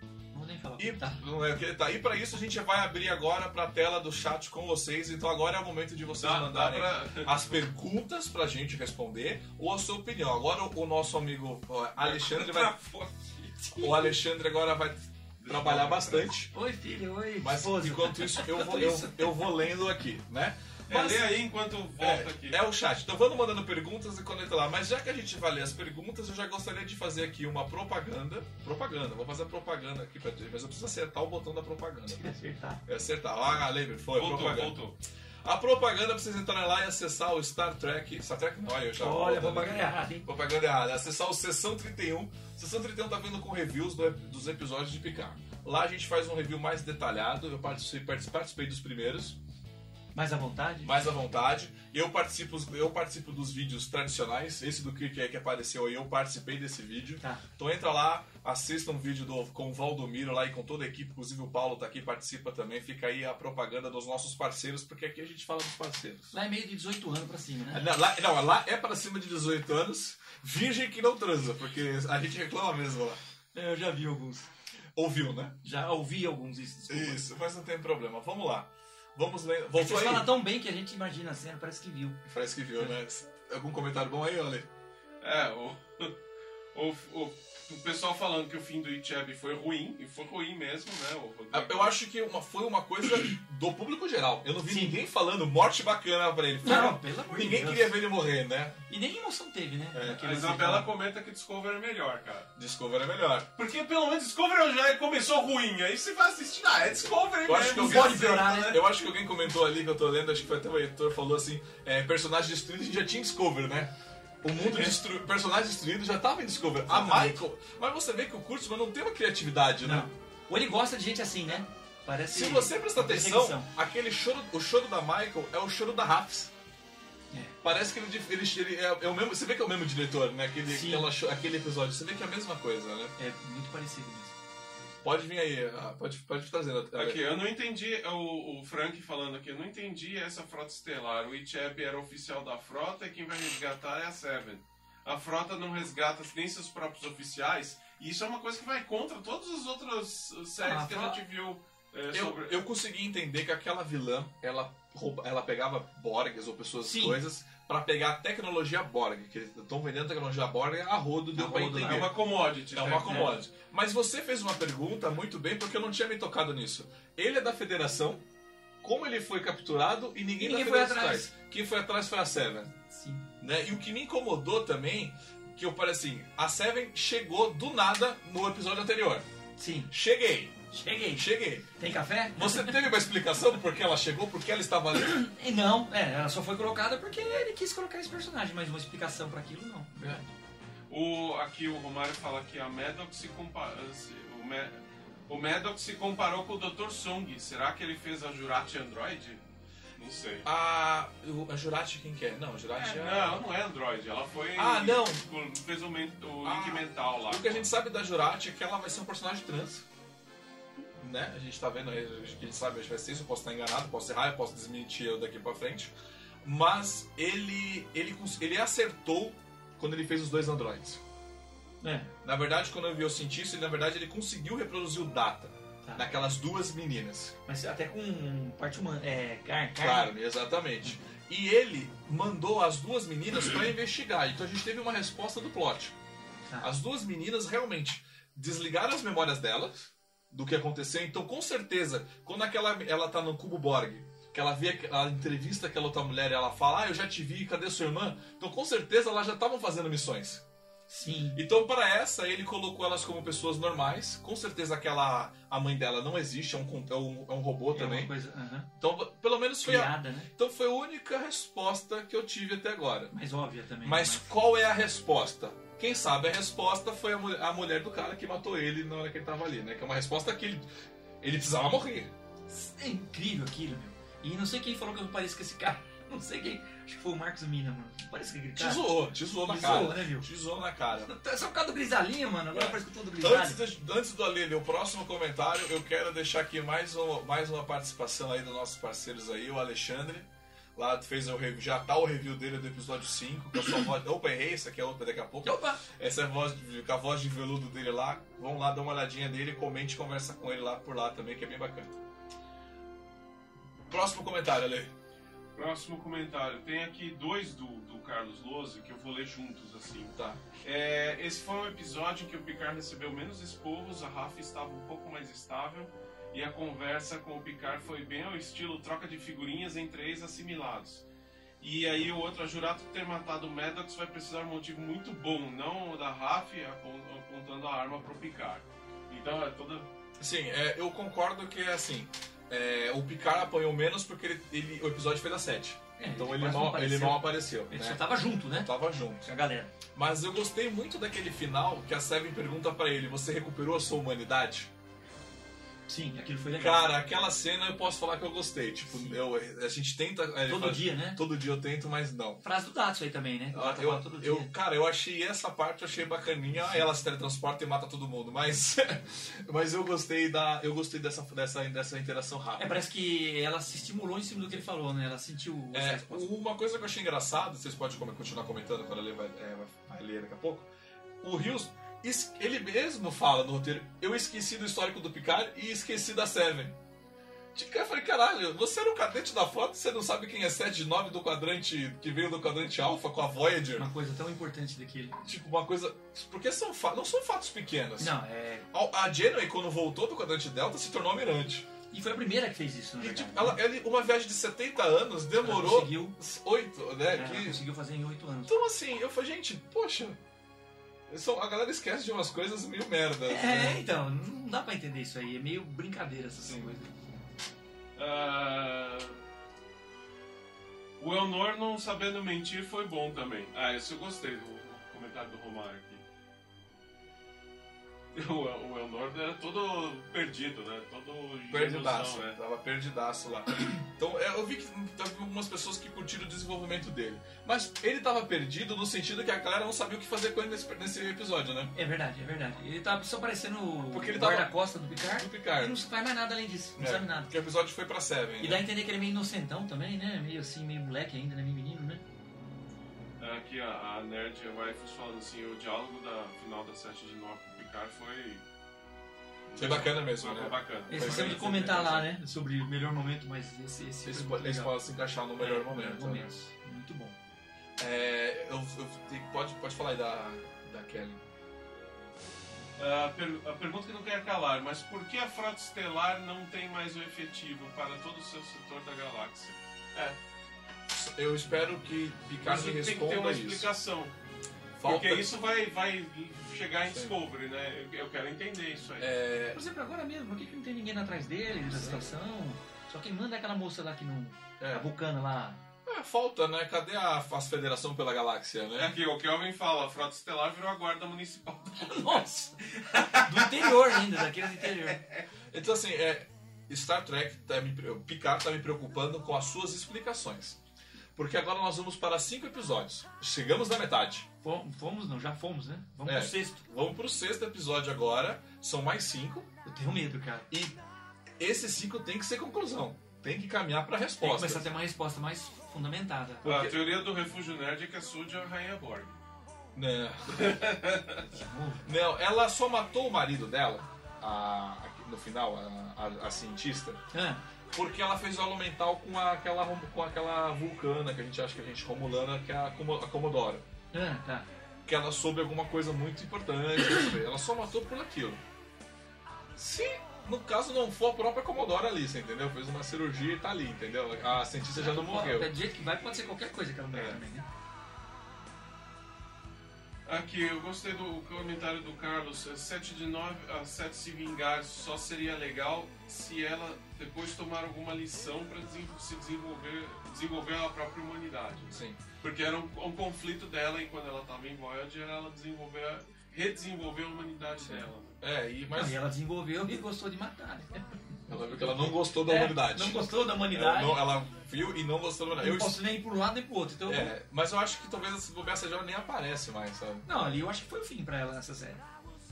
Speaker 3: Não vou nem falar.
Speaker 1: E,
Speaker 3: Tá.
Speaker 1: não é, que- tá, e para isso a gente vai abrir agora para a tela do chat com vocês. Então agora é o momento de vocês
Speaker 2: Dá, dá
Speaker 1: mandarem
Speaker 2: pra.
Speaker 1: as perguntas para a gente responder ou a sua opinião. Agora o, o nosso amigo ó, Alexandre vai,
Speaker 2: Travou aqui.
Speaker 1: o Alexandre agora vai trabalhar bastante.
Speaker 3: Oi, filho, oi,
Speaker 1: Mas
Speaker 3: esposa.
Speaker 1: enquanto isso eu vou,
Speaker 3: Enquanto
Speaker 1: eu,
Speaker 3: isso.
Speaker 1: eu vou lendo aqui, né?
Speaker 2: É,
Speaker 1: Mas-
Speaker 2: lê aí enquanto volta aqui.
Speaker 1: é, é o chat. Então vamos mandando perguntas e conecta lá. Mas já que a gente vai ler as perguntas, eu já gostaria de fazer aqui uma propaganda. Propaganda, vou fazer propaganda aqui pra dizer, mas eu preciso acertar o botão da propaganda.
Speaker 3: Tem que acertar.
Speaker 1: É acertar. Ah, lembra, foi
Speaker 2: voltou,
Speaker 1: propaganda.
Speaker 2: voltou.
Speaker 1: A propaganda pra vocês entrarem lá e acessar o Star Trek. Star Trek não, olha, eu já
Speaker 3: Olha,
Speaker 1: voltando
Speaker 3: propaganda
Speaker 1: aqui.
Speaker 3: errada, hein?
Speaker 1: Propaganda errada. Acessar o Sessão 31. Sessão 31 tá vindo com reviews do- dos episódios de Picard. Lá a gente faz um review mais detalhado. Eu participei, participei dos primeiros
Speaker 3: Mais à vontade?
Speaker 1: mais à vontade. Eu participo, eu participo dos vídeos tradicionais. Esse do Kirk aí que apareceu aí, eu participei desse vídeo.
Speaker 3: Tá.
Speaker 1: Então entra lá, assista um vídeo do, com o Valdomiro lá e com toda a equipe, inclusive o Paulo tá aqui, participa também. Fica aí a propaganda dos nossos parceiros, porque aqui a gente fala dos parceiros.
Speaker 3: Lá é meio de 18 anos pra cima, né?
Speaker 1: Não, lá, não, lá é para cima de 18 anos, virgem que não transa, porque a gente reclama mesmo lá.
Speaker 3: Eu já vi alguns.
Speaker 1: Ouviu, né?
Speaker 3: Já ouvi alguns isso, desculpa.
Speaker 1: Isso, mas não tem problema. Vamos lá. Vamos ler.
Speaker 3: Vocês
Speaker 1: Voltou aí?
Speaker 3: falam tão bem que a gente imagina a cena, parece que viu.
Speaker 1: Parece que viu, né? Algum comentário bom aí, olha?
Speaker 2: É, o, o, o, o pessoal falando que o fim do Ichab foi ruim, e foi ruim mesmo, né? O
Speaker 1: Ah,
Speaker 2: Rodrigo?
Speaker 1: Eu acho que uma, foi uma coisa do público geral. Eu não vi
Speaker 3: Sim.
Speaker 1: ninguém falando morte bacana pra ele.
Speaker 3: pelo amor
Speaker 1: ninguém
Speaker 3: de Deus.
Speaker 1: queria ver ele morrer, né?
Speaker 3: E nem emoção teve, né?
Speaker 1: É,
Speaker 2: A
Speaker 3: Naquele
Speaker 2: Isabela
Speaker 3: momento.
Speaker 2: comenta que Discovery é melhor, cara.
Speaker 1: Discovery é melhor.
Speaker 2: Porque pelo menos Discovery já começou ruim, aí você vai assistir, ah, é Discovery
Speaker 1: Eu acho, que
Speaker 2: mesmo.
Speaker 1: alguém,
Speaker 3: não pode piorar, né?
Speaker 1: eu acho que alguém comentou ali que eu tô lendo, acho que foi até o Heitor falou assim: é, personagem destruído a gente já tinha em Discovery, né? O mundo destruído, personagem destruído já tava em Discovery. A
Speaker 3: É. Exatamente.
Speaker 1: Michael. Mas você vê que o Kurtzman não tem uma criatividade, né?
Speaker 3: Ou ele gosta de gente assim, né? Parece.
Speaker 1: Se você prestar atenção,
Speaker 3: perseguição.
Speaker 1: aquele choro, o choro da Michael é o choro da Raps.
Speaker 3: É.
Speaker 1: Parece que ele, dif- ele, ele é, é o mesmo. Você vê que é o mesmo diretor, né? Aquele,
Speaker 3: Sim.
Speaker 1: aquela cho- aquele episódio. Você vê que é a mesma coisa, né?
Speaker 3: É muito parecido mesmo.
Speaker 1: Pode vir aí, ah, pode, pode trazer. né?
Speaker 2: Aqui, eu não entendi, é o, o Frank falando aqui, eu não entendi essa frota estelar. O Ichab era oficial da frota e quem vai resgatar é a Seven. A frota não resgata nem seus próprios oficiais, e isso é uma coisa que vai contra todas as outras uh, séries
Speaker 3: Ah,
Speaker 2: que
Speaker 3: fala-
Speaker 2: a gente viu é,
Speaker 1: Eu,
Speaker 2: sobre.
Speaker 1: eu consegui entender que aquela vilã, ela, rouba- ela pegava Borgs ou pessoas
Speaker 3: Sim.
Speaker 1: coisas pra pegar a tecnologia Borg. Que eles estão vendendo a tecnologia Borg a rodo, deu
Speaker 3: A
Speaker 1: pra
Speaker 3: rodo, né?
Speaker 1: entender.
Speaker 2: É uma commodity. né?
Speaker 1: É uma commodity. Mas você fez uma pergunta muito bem, porque eu não tinha me tocado nisso. Ele é da federação, como ele foi capturado e ninguém,
Speaker 3: Ninguém
Speaker 1: da
Speaker 3: foi
Speaker 1: federação
Speaker 3: atrás.
Speaker 1: traz. Quem foi atrás foi a Seven.
Speaker 3: Sim.
Speaker 1: Né? E o que me incomodou também, que eu falei assim, a Seven chegou do nada no episódio anterior.
Speaker 3: Sim.
Speaker 1: Cheguei,
Speaker 3: Cheguei.
Speaker 1: cheguei.
Speaker 3: Tem café?
Speaker 1: Você teve uma explicação do porquê ela chegou, porque ela estava ali?
Speaker 3: E não, é, ela só foi colocada porque ele quis colocar esse personagem, mas uma explicação pra aquilo não.
Speaker 2: O, aqui o Romário fala que a Maddox se compara. O, Me- O Maddox se comparou com o Dr. Sung. Será que ele fez a Jurati Android? Não sei.
Speaker 1: A, o- a Jurati quem que é? Não, a Jurati é,
Speaker 2: Não, não é Android. Ela foi.
Speaker 1: Ah, não.
Speaker 2: com- Tipo, Fez o, men- o
Speaker 1: Ah.
Speaker 2: link mental lá.
Speaker 1: O que a gente sabe da Jurati é que ela vai ser um personagem trans. Né? A gente tá vendo aí, a gente sabe, acho que vai ser isso, eu posso estar enganado, posso errar, eu posso desmentir eu daqui pra frente. Mas ele, ele, cons- ele acertou quando ele fez os dois androides.
Speaker 3: É,
Speaker 1: Na verdade, quando eu vi o cientista, ele, na verdade, ele conseguiu reproduzir o data
Speaker 3: tá.
Speaker 1: daquelas duas meninas.
Speaker 3: Mas até com parte humana. É, carne.
Speaker 1: Claro, exatamente. E ele mandou as duas meninas pra investigar. Então a gente teve uma resposta do plot.
Speaker 3: Tá.
Speaker 1: As duas meninas realmente desligaram as memórias delas do que aconteceu. Então com certeza, quando aquela ela tá no cubo Borg, que ela vê a entrevista aquela outra mulher e ela fala: "Ah, eu já te vi, cadê sua irmã?". Então com certeza elas já estavam fazendo missões.
Speaker 3: Sim.
Speaker 1: Então, para essa, ele colocou elas como pessoas normais. Com certeza, aquela a mãe dela não existe, é um, con- é um, é um robô
Speaker 3: é uma
Speaker 1: também.
Speaker 3: coisa aham,
Speaker 1: Então, pelo menos foi a,
Speaker 3: criada, né? É
Speaker 1: então foi a única resposta que eu tive até agora.
Speaker 3: Mais óbvia também. né?
Speaker 1: Mas qual é a resposta? Quem sabe a resposta foi a, mu- a mulher do cara que matou ele na hora que ele tava ali, né? Que é uma resposta que ele, ele precisava morrer.
Speaker 3: É incrível aquilo, meu. E não sei quem falou que eu pareço com esse cara. Não sei quem. Acho que foi o Marcos Mina, mano. Parece que
Speaker 1: Te
Speaker 3: gritaram.
Speaker 1: zoou, Tá. te zoou na
Speaker 3: Me
Speaker 1: cara.
Speaker 3: zoou, né, viu?
Speaker 1: Te zoou na cara.
Speaker 3: Tá- Só por causa do grisalhinho, mano. Agora
Speaker 1: É.
Speaker 3: parece que eu tô do
Speaker 1: Antes,
Speaker 3: grisalho.
Speaker 1: do- antes do Ale ler o próximo comentário, eu quero deixar aqui mais, um- mais uma participação aí dos nossos parceiros aí, o Alexandre. Lá fez o review, já tá o review dele do episódio 5, com a sua voz. Opa, errei, essa aqui é outra daqui a pouco.
Speaker 3: Opa!
Speaker 1: Essa é a voz, de- com a voz de veludo dele lá. Vão lá dar uma olhadinha nele, comente e conversa com ele lá por lá também, que é bem bacana. Próximo comentário, Ale.
Speaker 2: Próximo comentário. Tem aqui dois do, do Carlos Lose que eu vou ler juntos, assim.
Speaker 1: Tá.
Speaker 2: É, esse foi um episódio em que o Picard recebeu menos esporros, a Rafa estava um pouco mais estável e a conversa com o Picard foi bem ao estilo troca de figurinhas entre ex-assimilados. E aí o outro, a Jurato ter matado o Maddox vai precisar de um motivo muito bom, não o da Rafa apon- apontando a arma pro Picard. Então é toda...
Speaker 1: Sim, é, eu concordo que é assim. é, o Picard apanhou menos porque ele, ele- o episódio foi da 7.
Speaker 3: É,
Speaker 1: Então
Speaker 3: ele
Speaker 1: ele
Speaker 3: quase não
Speaker 1: mal, ele
Speaker 3: apareceu.
Speaker 1: mal apareceu.
Speaker 3: Ele
Speaker 1: né?
Speaker 3: só tava junto, né?
Speaker 1: Tava junto.
Speaker 3: Com a galera.
Speaker 1: Mas eu gostei muito daquele final que a Seven pergunta pra ele: Você recuperou a sua humanidade?
Speaker 3: Sim, aquilo foi legal.
Speaker 1: Cara, aquela cena eu posso falar que eu gostei. Tipo,
Speaker 3: Sim.
Speaker 1: eu, a gente tenta. é, ele
Speaker 3: Todo
Speaker 1: fala,
Speaker 3: dia, né?
Speaker 1: Todo dia eu tento, mas não.
Speaker 3: Frase do Dato aí também, né?
Speaker 1: Ah,
Speaker 3: Tá
Speaker 1: Eu,
Speaker 3: falando todo dia.
Speaker 1: eu- cara, eu achei essa parte, eu achei bacaninha. Ah, Ela se teletransporta e mata todo mundo, mas, mas eu gostei da, eu gostei dessa, dessa, dessa interação rápida.
Speaker 3: É, parece que ela se estimulou em cima do que ele falou, né? Ela sentiu essa
Speaker 1: É,
Speaker 3: resposta.
Speaker 1: uma coisa que eu achei engraçada, vocês podem come- continuar comentando quando ele vai, é, vai- vai ler daqui a pouco. O Rios, es- ele mesmo fala no roteiro: Eu esqueci do histórico do Picard e esqueci da Seven. De cara, Eu falei: Caralho, você era o cadete da foto, você não sabe quem é 7 e 9 do quadrante que veio do quadrante Alpha com a Voyager?
Speaker 3: Uma coisa tão importante daquele.
Speaker 1: Tipo, uma coisa. Porque são fa- não são fatos pequenos.
Speaker 3: Não, é.
Speaker 1: A a Janeway, quando voltou do quadrante Delta, se tornou almirante.
Speaker 3: E foi a primeira que fez isso, na
Speaker 1: E,
Speaker 3: verdade. né?
Speaker 1: tipo, ela, ele- uma viagem de 70 anos demorou
Speaker 3: conseguiu,
Speaker 1: 8, né?
Speaker 3: ela
Speaker 1: que-
Speaker 3: conseguiu fazer em oito anos.
Speaker 1: Então assim, eu falei, gente, poxa, são- a galera esquece de umas coisas meio merdas, né?
Speaker 3: É, então, não dá pra entender isso aí. É meio brincadeira essas
Speaker 2: Sim.
Speaker 3: coisas.
Speaker 2: Ah, O Elnor não sabendo mentir foi bom também. Ah, esse eu gostei do comentário do Romário aqui. O, El- o Elnor era todo perdido, né? Todo
Speaker 1: Perdidaço,
Speaker 2: né?
Speaker 1: tava perdidaço lá. Então é, eu vi que teve algumas pessoas que curtiram o desenvolvimento dele. Mas ele tava perdido no sentido que a galera não sabia o que fazer com ele nesse, nesse episódio, né?
Speaker 3: É verdade, é verdade. Ele tá só parecendo o
Speaker 1: Porque ele tava-
Speaker 3: guarda-costa do Picard.
Speaker 1: Do
Speaker 3: Ele
Speaker 1: Picard.
Speaker 3: não faz mais nada além disso, não
Speaker 1: É,
Speaker 3: sabe nada.
Speaker 1: Porque o episódio foi pra Seven.
Speaker 3: E
Speaker 1: né?
Speaker 3: dá a entender que ele é meio inocentão também, né? Meio assim, meio moleque ainda, né? Meio menino, né?
Speaker 2: É, Aqui a, a Nerd Rifles falando assim, o diálogo da final da 7 de 9 com o Picard foi...
Speaker 1: Foi bacana mesmo,
Speaker 2: Foi
Speaker 1: né?
Speaker 2: bacana. Foi
Speaker 3: Eles precisam de
Speaker 2: bem
Speaker 3: comentar lá,
Speaker 2: interessante.
Speaker 3: né? Sobre o melhor momento, mas esse.
Speaker 1: Eles,
Speaker 3: esse foi
Speaker 1: po-
Speaker 3: é muito
Speaker 1: eles
Speaker 3: legal.
Speaker 1: podem se encaixar no melhor
Speaker 3: É,
Speaker 1: momento. né?
Speaker 3: momento. Muito bom.
Speaker 1: É, eu, eu- tem- pode, pode falar aí da, da Kelly.
Speaker 2: Ah, A, per- a pergunta que não quer calar, mas por que a frota estelar não tem mais o efetivo para todo o seu setor da galáxia?
Speaker 1: Eu espero que Picard me
Speaker 2: isso tem que ter uma
Speaker 1: responda isso.
Speaker 2: explicação. Porque isso vai, vai chegar em Discovery, né? Eu, eu quero entender isso aí.
Speaker 1: É,
Speaker 3: Por exemplo, agora mesmo, por que, que não tem ninguém atrás dele, nessa situação? Só quem manda é aquela moça lá que não.
Speaker 1: é,
Speaker 3: A vulcana lá.
Speaker 1: É, falta, né? Cadê a, a Federação pela Galáxia,
Speaker 2: É
Speaker 1: né?
Speaker 2: aqui, o Kelvin fala, a Frota Estelar virou a guarda municipal.
Speaker 3: Nossa! Do interior ainda, daquele do interior.
Speaker 1: Então, assim, é, Star Trek, tá me, pre- Picard tá me preocupando com as suas explicações. Porque agora nós vamos para cinco episódios. Chegamos na metade.
Speaker 3: Fom- Fomos, não, já fomos, né? Vamos
Speaker 1: É.
Speaker 3: pro sexto.
Speaker 1: Vamos pro sexto episódio agora. São mais cinco.
Speaker 3: Eu tenho medo, cara.
Speaker 1: E esses cinco tem que ser conclusão. Tem que caminhar pra
Speaker 3: Tem que
Speaker 1: resposta.
Speaker 3: começar a ter uma resposta mais fundamentada.
Speaker 2: A teoria do refúgio nerd é que a Sud é a rainha Borg.
Speaker 1: Não.
Speaker 3: De novo.
Speaker 1: Não, ela só matou o marido dela, a- a- no final, a- a- a cientista,
Speaker 3: Ah,
Speaker 1: Porque ela fez aula mental com a- aquela, rom- com aquela vulcana que a gente acha que a gente romulana, que é a, Como- a Comodoro.
Speaker 3: ah, tá.
Speaker 1: Que ela soube alguma coisa muito importante. sabe? ela só matou por aquilo. Se, no caso, não for a própria Comodoro ali, você entendeu? Fez uma cirurgia e tá ali, entendeu? A cientista já não morreu.
Speaker 3: Do jeito que vai, pode ser qualquer coisa aquela mulher
Speaker 1: É.
Speaker 3: também, né?
Speaker 2: Aqui, eu gostei do comentário do Carlos. 7 de 9 a 7 se vingar só seria legal se ela depois tomar alguma lição para se desenvolver, desenvolver a própria humanidade.
Speaker 1: Sim.
Speaker 2: Porque era um, um conflito dela e quando ela estava em Voyager, ela desenvolver, a- redesenvolveu a humanidade dela.
Speaker 1: É, e, mas
Speaker 3: Não, e ela desenvolveu e gostou de matar. né?
Speaker 1: ela viu que ela não gostou da
Speaker 3: É,
Speaker 1: humanidade.
Speaker 3: Não gostou da
Speaker 1: Ela,
Speaker 3: humanidade.
Speaker 1: não- ela viu e não gostou da
Speaker 3: Eu não
Speaker 1: humanidade.
Speaker 3: posso nem ir por um lado nem pro outro. Então,
Speaker 1: Eu- é, mas eu acho que talvez essa conversa já nem aparece mais, sabe?
Speaker 3: Não, ali eu acho que foi o fim pra ela nessa série.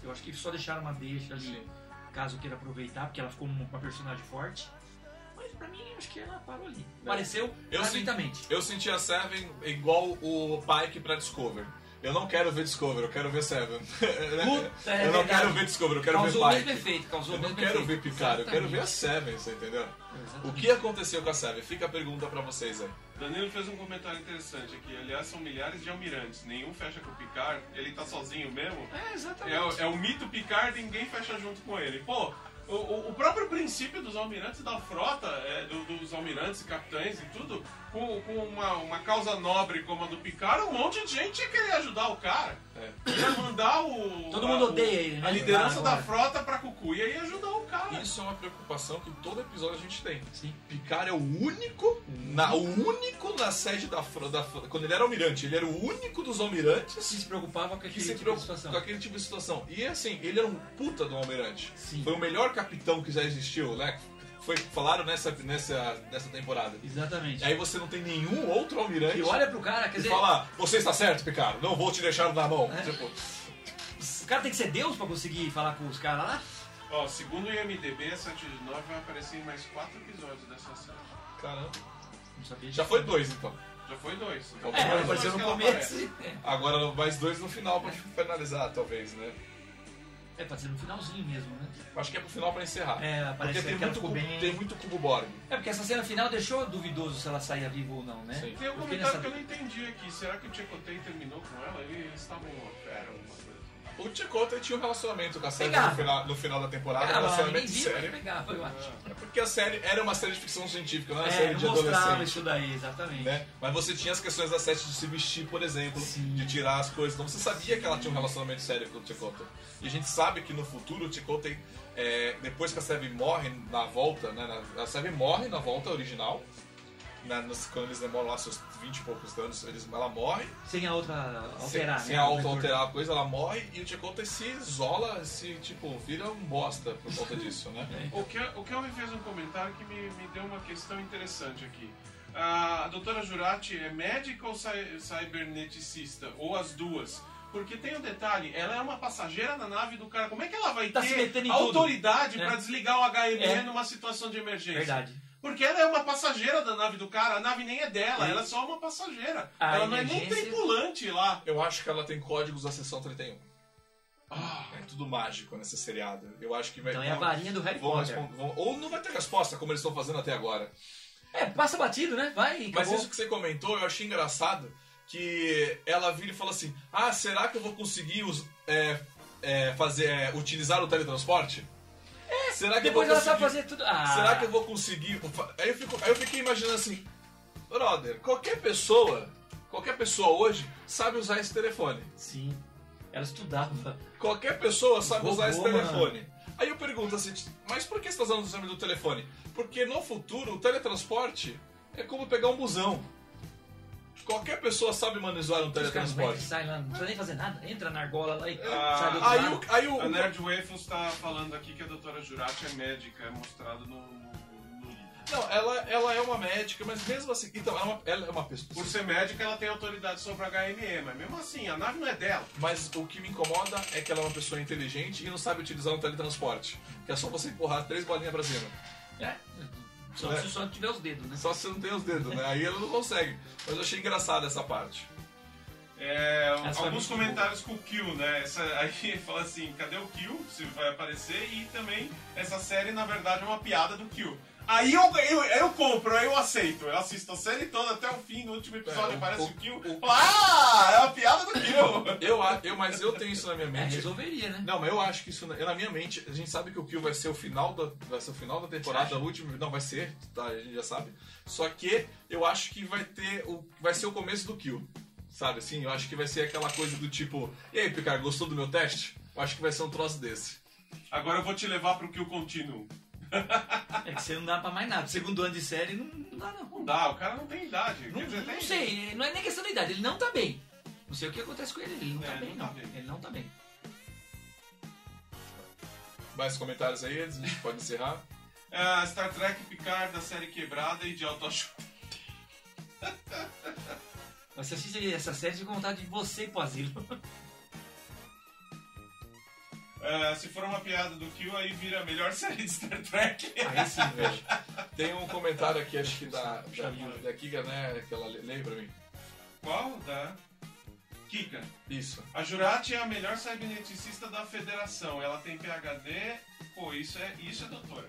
Speaker 3: Eu acho que só deixaram uma deixa ali,
Speaker 1: Sim.
Speaker 3: caso queira aproveitar, porque ela ficou uma personagem forte. Mas pra mim, eu acho que ela parou ali. Apareceu
Speaker 1: É. Eu sim.
Speaker 3: gratuitamente.
Speaker 1: Eu senti a Seven igual o Pike pra Discover. Eu não quero ver Discover, eu quero ver Seven.
Speaker 3: Puta, é
Speaker 1: eu não
Speaker 3: verdade. Tá
Speaker 1: quero ver Discover, eu quero
Speaker 3: causou o
Speaker 1: ver
Speaker 3: mesmo
Speaker 1: Pike.
Speaker 3: efeito, causou
Speaker 1: Eu
Speaker 3: o
Speaker 1: não
Speaker 3: mesmo
Speaker 1: quero ver
Speaker 3: efeito.
Speaker 1: Picard, eu quero ver a
Speaker 3: Exatamente.
Speaker 1: Seven, você entendeu? O
Speaker 3: Exatamente.
Speaker 1: que aconteceu com a Seven? Fica a pergunta pra vocês aí.
Speaker 2: Danilo fez um comentário interessante aqui. Aliás, são milhares de almirantes. Nenhum fecha com o Picard. Ele tá sozinho mesmo.
Speaker 3: É, exatamente.
Speaker 2: É, o- é o mito Picard e ninguém fecha junto com ele. Pô, o, o- o próprio princípio dos almirantes da frota, é, do- dos almirantes e capitães e tudo, com, com uma, uma causa nobre como a do Picard, um monte de gente ia querer ajudar o cara. Ia mandar o.
Speaker 3: Todo
Speaker 2: a-
Speaker 3: mundo
Speaker 2: o-
Speaker 3: odeia ele, né?
Speaker 2: A liderança
Speaker 3: Agora.
Speaker 2: da frota pra Cucuia e ia ajudar o cara.
Speaker 1: Isso é uma preocupação que todo episódio a gente tem.
Speaker 3: Sim.
Speaker 1: Picard é o único, na, o único na sede da, fro- da fro- Quando ele era almirante, ele era o único dos almirantes
Speaker 3: Se preocupava com
Speaker 1: que
Speaker 3: aquele
Speaker 1: se
Speaker 3: tipo de
Speaker 1: preocupa
Speaker 3: situação.
Speaker 1: com aquele tipo de situação. E assim, ele era um puta do almirante.
Speaker 3: Sim.
Speaker 1: Foi um- o melhor capitão que já existiu, né? Foi, falaram nessa, nessa, nessa temporada.
Speaker 3: Exatamente.
Speaker 1: E aí você não tem nenhum outro almirante
Speaker 3: E olha pro cara, quer
Speaker 1: É e
Speaker 3: dizer,
Speaker 1: fala, você está certo, Picard, não vou te deixar na mão.
Speaker 3: É.
Speaker 1: Tipo,
Speaker 3: o cara tem que ser Deus pra conseguir falar com os caras lá.
Speaker 2: Ó, segundo o IMDB, a 7 de 9 vai aparecer em mais quatro episódios dessa série.
Speaker 1: caramba.
Speaker 3: Não sabia.
Speaker 1: Já foi dois, então.
Speaker 2: Já foi dois.
Speaker 1: Então,
Speaker 3: É, ela
Speaker 1: Mas
Speaker 3: apareceu
Speaker 2: que
Speaker 3: no
Speaker 2: ela
Speaker 3: começo.
Speaker 2: aparece.
Speaker 1: é. Agora mais dois no final pra finalizar, talvez, né?
Speaker 3: É, pode ser no finalzinho mesmo, né?
Speaker 1: Acho que é pro final pra encerrar.
Speaker 3: É, aparece
Speaker 1: Porque tem
Speaker 3: que ela
Speaker 1: muito,
Speaker 3: ficou
Speaker 1: cubo,
Speaker 3: bem.
Speaker 1: tem muito cubo Borg.
Speaker 3: É, porque essa cena final deixou duvidoso se ela saía viva ou não, né?
Speaker 1: Sim.
Speaker 2: Tem um
Speaker 3: Eu queria
Speaker 2: comentário que
Speaker 3: saber.
Speaker 2: eu não entendi aqui. Será que o Checotei terminou com ela? Eles estavam uma fera, alguma coisa. assim.
Speaker 1: O Chakotay tinha um relacionamento com a série
Speaker 3: Pegava.
Speaker 1: no final, no final da temporada, um
Speaker 3: Pegava,
Speaker 1: relacionamento
Speaker 3: ninguém via, mas
Speaker 1: sério.
Speaker 3: pegava, eu acho.
Speaker 1: É porque a série era uma série de ficção científica, não era uma
Speaker 3: É,
Speaker 1: série
Speaker 3: não
Speaker 1: de
Speaker 3: mostrava
Speaker 1: adolescente.
Speaker 3: isso daí, exatamente.
Speaker 1: Né? Mas você tinha as questões da Seth de se vestir, por exemplo,
Speaker 3: Sim.
Speaker 1: de tirar as coisas. Então você sabia que ela tinha um relacionamento sério com o Chakotay. E a gente sabe que no futuro o Chakotay, é, depois que a Seven morre na volta, né, na- a Seven morre na volta original, na- nos- quando eles demoram lá seus 20 e poucos anos, eles, ela morre.
Speaker 3: Sem a outra
Speaker 1: Sem-
Speaker 3: alterar,
Speaker 1: sem,
Speaker 3: né?
Speaker 1: a auto alterar a coisa, ela morre e o Chakotay se isola, se tipo, vira um bosta por conta disso, né?
Speaker 3: É.
Speaker 2: O Kel- O Kelvin fez um comentário que me, me deu uma questão interessante aqui. Ah, A doutora Jurati é médica ou ci- cyberneticista? Ou as duas? Porque tem um detalhe, ela é uma passageira na nave do cara. Como é que ela vai
Speaker 3: Tá se
Speaker 2: ter
Speaker 3: metendo em
Speaker 2: autoridade
Speaker 3: tudo.
Speaker 2: pra
Speaker 3: É.
Speaker 2: desligar o HME
Speaker 3: É.
Speaker 2: numa situação de emergência?
Speaker 3: Verdade.
Speaker 2: Porque ela é uma passageira da nave do cara, a nave nem é dela, ela é só uma passageira.
Speaker 3: A
Speaker 2: ela não é nem
Speaker 3: emergência-
Speaker 2: tripulante lá.
Speaker 1: Eu acho que ela tem códigos da sessão 31. É tudo mágico nessa seriada. Eu acho que vai.
Speaker 3: Então é a varinha do Harry
Speaker 1: vão
Speaker 3: Potter.
Speaker 1: responder- vão- ou não vai ter resposta, como eles estão fazendo até agora.
Speaker 3: É, passa batido, né? Vai e
Speaker 1: Mas
Speaker 3: acabou.
Speaker 1: isso que você comentou, eu achei engraçado. Que ela vira e fala assim: Ah, será que eu vou conseguir us- é, é, fazer, é, utilizar o teletransporte? É, será que eu
Speaker 3: Depois
Speaker 1: vou
Speaker 3: ela sabe
Speaker 1: conseguir-
Speaker 3: fazer tudo. Ah,
Speaker 1: Será que eu vou conseguir? Aí eu, fico- aí eu fiquei imaginando assim, brother, qualquer pessoa, qualquer pessoa hoje sabe usar esse telefone.
Speaker 3: Sim. Ela estudava.
Speaker 1: Qualquer pessoa sabe
Speaker 3: Vovô,
Speaker 1: usar esse
Speaker 3: mano.
Speaker 1: telefone. Aí eu pergunto assim, mas por que você está usando o nome do telefone? Porque no futuro o teletransporte é como pegar um busão. Qualquer pessoa sabe manusear um
Speaker 3: Os caras vai,
Speaker 1: teletransporte.
Speaker 3: sai lá, não precisa nem fazer nada, entra na argola lá e
Speaker 2: Ah,
Speaker 3: sai do outro
Speaker 1: Aí
Speaker 3: lado.
Speaker 1: o, aí o,
Speaker 2: A Nerd Waffles tá falando aqui que a doutora Jurati é médica, é mostrado no, no- no livro.
Speaker 1: Não, ela, ela é uma médica, mas mesmo assim. Então, ela é uma, ela é uma pessoa.
Speaker 2: Por ser médica, ela tem autoridade sobre a HME, mas mesmo assim, a nave não é dela.
Speaker 1: Mas o que me incomoda é que ela é uma pessoa inteligente e não sabe utilizar um teletransporte. Que é só você empurrar três bolinhas pra cima.
Speaker 3: É, só
Speaker 1: É.
Speaker 3: se só tiver os dedos, né?
Speaker 1: Só se você não tem os dedos, né? Aí ela não consegue. Mas eu achei engraçada essa parte.
Speaker 2: É,
Speaker 3: Essa
Speaker 2: alguns
Speaker 3: foi muito
Speaker 2: comentários com o Kill, né? Essa, aí fala assim, cadê o Kill? Se vai aparecer, e também essa série, na verdade, é uma piada do Kill. Aí eu, eu, eu compro, aí eu aceito. Eu assisto a série toda até o fim, no último episódio
Speaker 1: É, o-
Speaker 2: aparece
Speaker 1: o-
Speaker 2: o, Kill.
Speaker 1: o-
Speaker 2: fala, ah, é uma piada do Kill!
Speaker 1: Eu, a- eu, mas eu tenho isso na minha
Speaker 3: É,
Speaker 1: mente.
Speaker 3: resolveria, né?
Speaker 1: Não, mas eu acho que isso. Na, eu, na minha mente, a gente sabe que o Kill vai ser o final da. Vai ser o final da temporada, a última. Não, vai ser, tá, a gente já sabe. Só que eu acho que vai ter. O, vai ser o começo do Kill. Sabe assim? Eu acho que vai ser aquela coisa do tipo. E aí, Picard, gostou do meu teste? Eu acho que vai ser um troço desse.
Speaker 2: Agora eu vou te levar pro Kill Continuum.
Speaker 3: É que você não dá pra mais nada. Segundo ano de série, não, não dá, não.
Speaker 2: Não dá, o cara não tem idade.
Speaker 3: Não,
Speaker 2: quer dizer,
Speaker 3: não
Speaker 2: tem-
Speaker 3: sei, não é nem questão da idade, ele não tá bem. Não sei o que acontece com ele, ele não
Speaker 2: É,
Speaker 3: tá
Speaker 2: ele
Speaker 3: bem,
Speaker 2: não
Speaker 3: não.
Speaker 2: tá bem.
Speaker 3: Ele não tá bem.
Speaker 1: Mais comentários aí, a gente pode encerrar.
Speaker 2: Ah, Star Trek Picard da série quebrada e de autoajuda.
Speaker 3: Você assiste essa série de vontade de você ir pro asilo.
Speaker 2: Ah, se for uma piada do Kill, aí vira a melhor série de Star Trek.
Speaker 3: Aí sim, velho.
Speaker 1: Tem um comentário aqui, acho que da, da, da Kiga, né? Que ela lê- lê pra mim.
Speaker 2: Qual? Da Kika.
Speaker 1: Isso.
Speaker 2: A Jurati é a melhor cyberneticista da federação. Ela tem PHD. Pô, isso é, isso é doutora.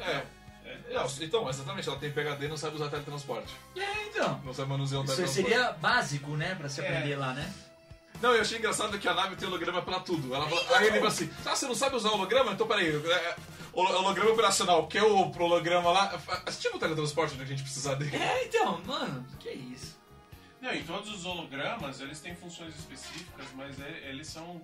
Speaker 1: É. É, não, então, exatamente, ela tem PHD e não sabe usar teletransporte.
Speaker 3: É, então.
Speaker 1: Não sabe manusear um
Speaker 3: Isso
Speaker 1: teletransporte.
Speaker 3: seria básico, né, pra se
Speaker 2: É.
Speaker 3: aprender lá, né?
Speaker 1: Não, eu achei engraçado que a nave tem holograma pra tudo. Ela fala, aí ele fala assim: Ah, você não sabe usar holograma? Então peraí. é, holo- holograma operacional, porque o pro holograma lá. é, é Tipo o teletransporte onde a gente precisar dele.
Speaker 3: É, então, mano, que isso.
Speaker 2: Não, e todos os hologramas, eles têm funções específicas, mas e- eles são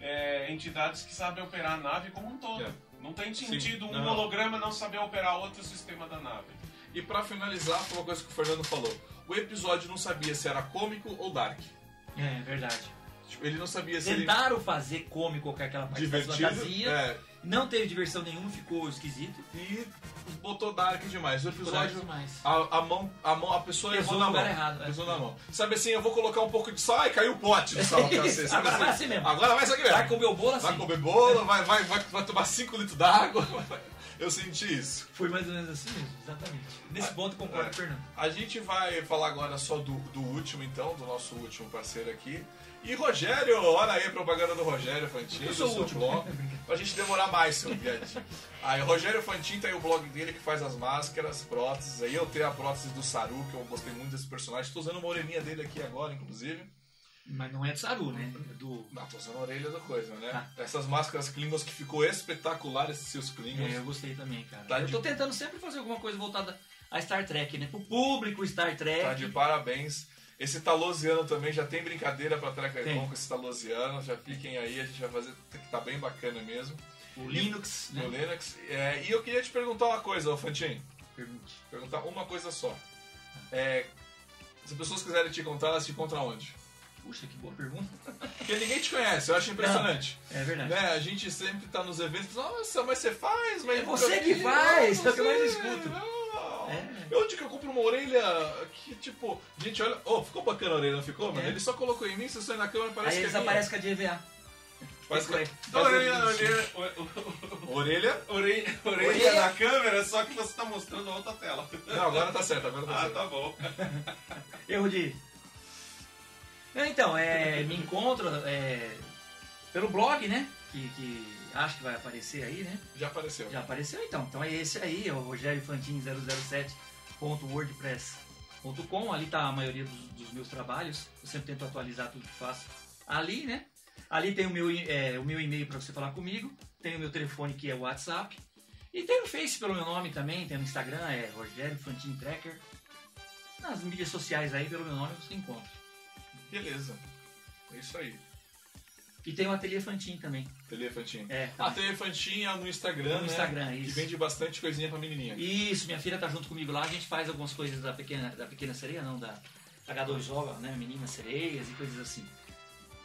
Speaker 2: é, entidades que sabem operar a nave como um todo.
Speaker 1: É.
Speaker 2: Não tem
Speaker 1: Sim,
Speaker 2: sentido um
Speaker 1: não.
Speaker 2: holograma não saber operar outro sistema da nave.
Speaker 1: E pra finalizar, foi uma coisa que o Fernando falou: o episódio não sabia se era cômico ou dark.
Speaker 3: É, verdade.
Speaker 1: Tipo, ele não sabia se ele.
Speaker 3: Tentaram fazer cômico com aquela parte da
Speaker 1: Divertido.
Speaker 3: fantasia.
Speaker 1: É,
Speaker 3: Não teve diversão nenhuma, ficou esquisito.
Speaker 1: e botou dark demais. O
Speaker 3: Episódio
Speaker 1: episódio.
Speaker 3: demais.
Speaker 1: A, a mão, a mão, a pessoa
Speaker 3: Pesou
Speaker 1: levou
Speaker 3: no
Speaker 1: na mão.
Speaker 3: lugar errado. é.
Speaker 1: Pesou na mão. Sabe assim, eu vou colocar um pouco de sal, ai, caiu o pote do sal. cara, assim, sabe
Speaker 3: Agora vai
Speaker 1: assim?
Speaker 3: assim mesmo.
Speaker 1: Agora vai isso aqui mesmo.
Speaker 3: Vai comer o bolo assim.
Speaker 1: Vai comer bolo, vai, vai, vai, vai tomar 5 litros d'água. Eu senti isso.
Speaker 3: Foi mais ou menos assim mesmo, exatamente. Nesse ponto eu concordo,
Speaker 1: é.
Speaker 3: com o Fernando.
Speaker 1: A gente vai falar agora só do, do último, então, do nosso último parceiro aqui. E Rogério, olha aí a propaganda do Rogério Fantini,
Speaker 3: Eu sou
Speaker 1: do
Speaker 3: o
Speaker 1: seu
Speaker 3: último.
Speaker 1: blog. Pra gente demorar mais, seu viadinho. Aí, Rogério Fantin tem o blog dele que faz as máscaras, próteses. Aí eu tenho a prótese do Saru, que eu gostei muito desse personagem. Tô usando uma orelhinha dele aqui agora, inclusive.
Speaker 3: Mas não é do Saru, né? É do.
Speaker 1: Não, tô usando a orelha da coisa, né?
Speaker 3: Ah.
Speaker 1: Essas máscaras Klingons que ficou espetacular, esses seus Klingons.
Speaker 3: É, eu gostei também, cara.
Speaker 1: Tá
Speaker 3: eu
Speaker 1: de-
Speaker 3: tô tentando sempre fazer alguma coisa voltada a Star Trek, né? Pro público Star Trek.
Speaker 1: Tá de parabéns. Esse talosiano também já tem brincadeira pra
Speaker 3: Tem.
Speaker 1: Tracacon com esse talosiano. Já fiquem aí, a gente vai fazer que tá bem bacana mesmo.
Speaker 3: O Linux, né?
Speaker 1: No Linux. É, e eu queria te perguntar uma coisa, ô Fantin.
Speaker 3: Pergunte.
Speaker 1: Perguntar uma coisa só. É, se as pessoas quiserem te encontrar, elas te encontram onde?
Speaker 3: Puxa, que boa pergunta.
Speaker 1: Porque ninguém te conhece, eu acho impressionante.
Speaker 3: É verdade.
Speaker 1: Né? A gente sempre tá nos eventos, nossa, mas você faz, mas.
Speaker 3: É você que
Speaker 1: eu-
Speaker 3: faz,
Speaker 1: não
Speaker 3: é o que eu mais
Speaker 1: sei,
Speaker 3: escuto.
Speaker 1: não.
Speaker 3: É.
Speaker 1: Eu onde que eu compro uma orelha que, tipo, gente, olha. Oh, ficou bacana a orelha, não ficou, mano?
Speaker 3: É.
Speaker 1: Ele só colocou em mim, você sai na câmera parece
Speaker 3: Aí
Speaker 1: que
Speaker 3: eles
Speaker 1: é minha.
Speaker 3: aparecem com a de EVA.
Speaker 1: Parece que é-
Speaker 2: Então,
Speaker 3: um
Speaker 2: orelha, orelha,
Speaker 1: Orelha?
Speaker 2: orelha, orelha,
Speaker 3: Orelha.
Speaker 2: na câmera, só que você tá mostrando a outra tela.
Speaker 1: Não, agora tá certo, agora tá
Speaker 2: Ah,
Speaker 1: certo.
Speaker 2: tá bom.
Speaker 3: Erro de. Não, Então, é, me encontro é, pelo blog, né? Que, que acho que vai aparecer aí, né?
Speaker 1: Já apareceu.
Speaker 3: Já apareceu então. Então é esse aí, é o rogeriofantin007.wordpress.com. Ali tá a maioria dos, dos meus trabalhos. Eu sempre tento atualizar tudo que faço ali, né? Ali tem o meu, e- é, o meu e-mail para você falar comigo. Tem o meu telefone que é o WhatsApp. E tem no Face pelo meu nome também. Tem no Instagram, é Rogério Fantin Tracker. Nas mídias sociais aí, pelo meu nome, você encontra.
Speaker 1: Beleza. É isso aí.
Speaker 3: E tem o Ateliê Fantin também.
Speaker 1: Telefantinha.
Speaker 3: É,
Speaker 1: Ah, Telefantinha no Instagram,
Speaker 3: no
Speaker 1: né?
Speaker 3: Instagram,
Speaker 1: Que
Speaker 3: isso.
Speaker 1: vende bastante coisinha pra menininha.
Speaker 3: Isso, minha filha tá junto comigo lá, a gente faz algumas coisas da pequena, da pequena sereia, não, da H2O, né? Meninas sereias e coisas assim.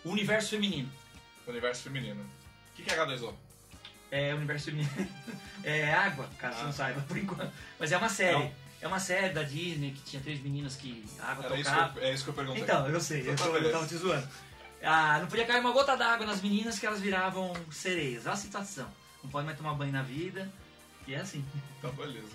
Speaker 3: O universo feminino.
Speaker 1: Universo feminino. O que, que é H2O?
Speaker 3: É, o universo feminino. é água, caso
Speaker 1: Ah.
Speaker 3: você não saiba, por enquanto. Mas é uma série. É uma série da Disney que tinha três meninas que a água
Speaker 1: Era isso
Speaker 3: tocava.
Speaker 1: que eu, é isso que eu perguntei.
Speaker 3: Então, eu sei, eu, tô, eu tava te zoando. Ah, não podia cair uma gota d'água nas meninas que elas viravam sereias. Olha a situação. Não pode mais tomar banho na vida. E é assim.
Speaker 1: Tá, beleza.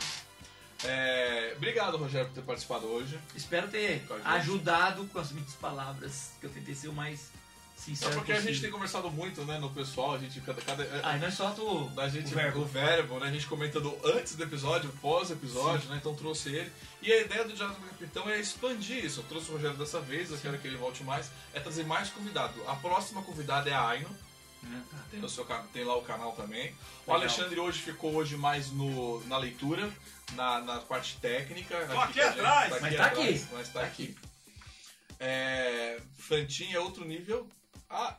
Speaker 1: É, obrigado, Rogério, por ter participado hoje.
Speaker 3: Espero ter
Speaker 1: Com a gente.
Speaker 3: ajudado com as minhas palavras, que eu tentei ser o mais
Speaker 1: É
Speaker 3: sincero
Speaker 1: porque a
Speaker 3: possível.
Speaker 1: gente tem conversado muito né, no pessoal, a gente cada. cada é,
Speaker 3: Ah, e não é só tu...
Speaker 1: da gente,
Speaker 3: o
Speaker 1: o
Speaker 3: verbo.
Speaker 1: verbo, né? A gente comentando antes do episódio, pós-episódio, né? Então trouxe ele. E a ideia do Diálogo do Capitão é expandir isso. Eu trouxe o Rogério dessa vez, eu quero que ele volte mais. É trazer mais convidado. A próxima convidada é a Aino,
Speaker 3: Ah, tá.
Speaker 1: tem, no seu, can- tem lá o canal também. O
Speaker 3: Legal.
Speaker 1: Alexandre hoje ficou hoje mais no, na leitura, na, na parte técnica.
Speaker 2: Tô aqui
Speaker 1: com a gente,
Speaker 2: atrás,
Speaker 3: mas tá
Speaker 1: atrás,
Speaker 3: aqui.
Speaker 1: Mas tá aqui. É, Fantin é outro nível. Ah,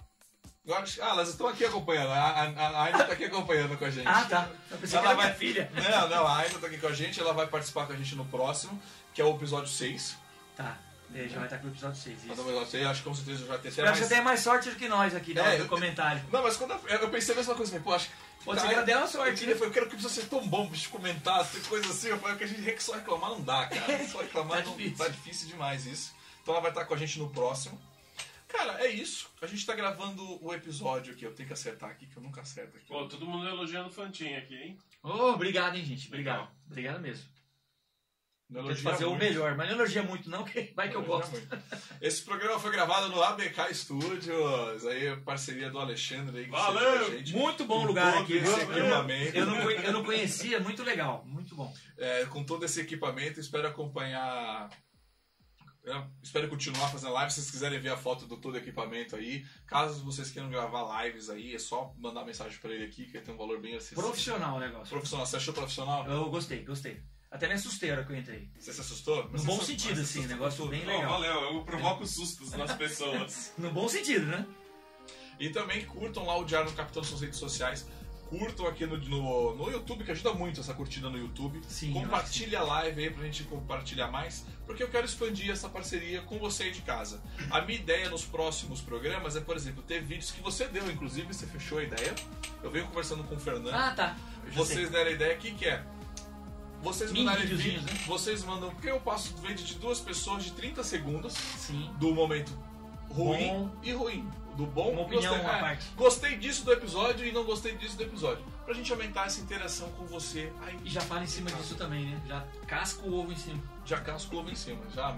Speaker 1: eu acho- ah, elas estão aqui acompanhando. A, a, a Aino tá aqui acompanhando com a gente.
Speaker 3: Ah, tá. Eu pensei que
Speaker 1: Ela
Speaker 3: era minha
Speaker 1: vai-
Speaker 3: filha.
Speaker 1: Não, não, a Aina tá aqui com a gente, ela vai participar com a gente no próximo, que é o episódio 6.
Speaker 3: Tá, é, já vai estar com o episódio 6.
Speaker 1: Mas
Speaker 3: Isso.
Speaker 1: no episódio 6, acho que com certeza já vai ter até
Speaker 3: Espero que
Speaker 1: mais.
Speaker 3: você tenha mais sorte do que nós aqui no,
Speaker 1: É,
Speaker 3: no
Speaker 1: eu-
Speaker 3: comentário.
Speaker 1: Não, mas quando eu, eu pensei a mesma coisa, falei, pô, acho que. tá,
Speaker 3: Pô, você quer dar uma
Speaker 1: Eu,
Speaker 3: sorte, né?"
Speaker 1: queria, eu quero que precisa ser tão bom pra gente comentar, essa coisa assim. Eu falei que a gente que só reclamar não dá, cara. Só reclamar
Speaker 3: Tá
Speaker 1: não
Speaker 3: difícil.
Speaker 1: tá difícil demais isso. Então ela vai estar com a gente no próximo. Cara, é isso. A gente tá gravando o episódio aqui. Eu tenho que acertar aqui, que eu nunca acerto aqui.
Speaker 2: Pô, todo mundo elogiando o Fantinha aqui, hein?
Speaker 3: Oh, obrigado, hein, gente. Obrigado.
Speaker 2: Legal.
Speaker 3: Obrigado mesmo.
Speaker 1: Não
Speaker 3: Tento
Speaker 1: elogia
Speaker 3: fazer o
Speaker 1: muito.
Speaker 3: melhor, mas não elogia muito não, que vai que eu gosto.
Speaker 1: é Esse programa foi gravado no ABK Studios, aí parceria do Alexandre aí que
Speaker 2: Valeu!
Speaker 1: sempre com a gente.
Speaker 3: Muito bom lugar
Speaker 1: todo
Speaker 3: aqui, viu?
Speaker 1: esse equipamento.
Speaker 3: Eu não, conhe- eu não conhecia, muito legal, muito bom.
Speaker 1: É, com todo esse equipamento, espero acompanhar. eu espero continuar fazendo live. Se vocês quiserem ver a foto do todo o equipamento aí, caso vocês queiram gravar lives aí, é só mandar mensagem pra ele aqui, que ele tem um valor bem acessível.
Speaker 3: Profissional o negócio.
Speaker 1: Profissional, você achou profissional?
Speaker 3: Eu gostei, gostei. Até me assustei a hora que eu entrei.
Speaker 1: Você se assustou?
Speaker 3: No
Speaker 1: Mas
Speaker 3: bom
Speaker 1: você-
Speaker 3: sentido,
Speaker 1: mas
Speaker 3: assim,
Speaker 1: assustou
Speaker 3: negócio
Speaker 1: tudo.
Speaker 3: bem
Speaker 2: Não,
Speaker 3: legal.
Speaker 2: valeu, eu provoco sustos nas pessoas.
Speaker 3: No bom sentido, né?
Speaker 1: E também curtam lá o Diário do Capitão nas suas redes sociais. Curtam aqui no, no, no YouTube, que ajuda muito essa curtida no YouTube.
Speaker 3: Sim, eu acho que sim.
Speaker 1: Compartilhe a live aí pra gente compartilhar mais, porque eu quero expandir essa parceria com você aí de casa. A minha ideia nos próximos programas é, por exemplo, ter vídeos que você deu, inclusive, você fechou a ideia. Eu venho conversando com o Fernando.
Speaker 3: Ah, tá. Eu já sei.
Speaker 1: vocês deram a ideia aqui que é. Vocês
Speaker 3: Mini
Speaker 1: mandarem
Speaker 3: videozinhos, né?
Speaker 1: vídeo, vocês mandam, porque eu passo vídeo de duas pessoas de 30 segundos
Speaker 3: Sim.
Speaker 1: do momento ruim
Speaker 3: Bom.
Speaker 1: e ruim. Do bom
Speaker 3: Uma opinião,
Speaker 1: gostei,
Speaker 3: uma
Speaker 1: é,
Speaker 3: parte.
Speaker 1: Gostei disso do episódio e não gostei disso do episódio. Pra gente aumentar essa interação com você aí.
Speaker 3: E já fala em
Speaker 1: Tá.
Speaker 3: cima disso também, né? Já casca o ovo em cima.
Speaker 1: Já casca o ovo em cima, já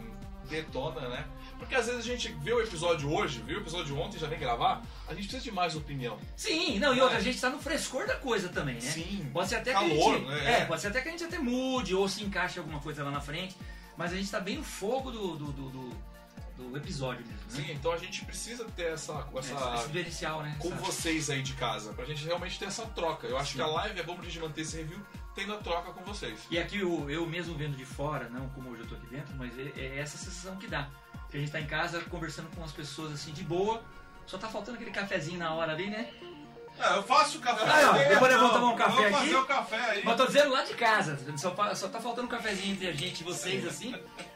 Speaker 1: detona, né? Porque às vezes a gente vê o episódio hoje, viu o episódio ontem, já vem gravar, a gente precisa de mais opinião.
Speaker 3: Sim, não, e outra,
Speaker 1: É.
Speaker 3: a gente tá no frescor da coisa também, né?
Speaker 1: Sim.
Speaker 3: Pode ser até que a
Speaker 1: Calor,
Speaker 3: gente,
Speaker 1: né?
Speaker 3: É, pode ser até que a gente até mude ou se encaixe alguma coisa lá na frente, mas a gente tá bem no fogo do, do, do, do- do episódio mesmo, né?
Speaker 1: Sim, então a gente precisa ter essa,
Speaker 3: Esse, esse
Speaker 1: essa
Speaker 3: diferencial, né?
Speaker 1: com
Speaker 3: É, Essa-
Speaker 1: vocês aí de casa, pra gente realmente ter essa troca. Eu acho
Speaker 3: Sim.
Speaker 1: que a live é bom pra gente manter esse review tendo a troca com vocês.
Speaker 3: E aqui eu, eu mesmo vendo de fora, não como hoje eu tô aqui dentro, mas é, é essa sensação que dá. Que a gente tá em casa conversando com as pessoas assim de boa, só tá faltando aquele cafezinho na hora ali, né?
Speaker 2: Ah, eu faço o café.
Speaker 3: Ah, não, depois eu vou tomar um
Speaker 2: Eu
Speaker 3: café
Speaker 2: Vou fazer
Speaker 3: aqui.
Speaker 2: o café aí.
Speaker 3: Mas tô dizendo lá de casa, só, fa- só tá faltando um cafezinho entre a gente e vocês assim,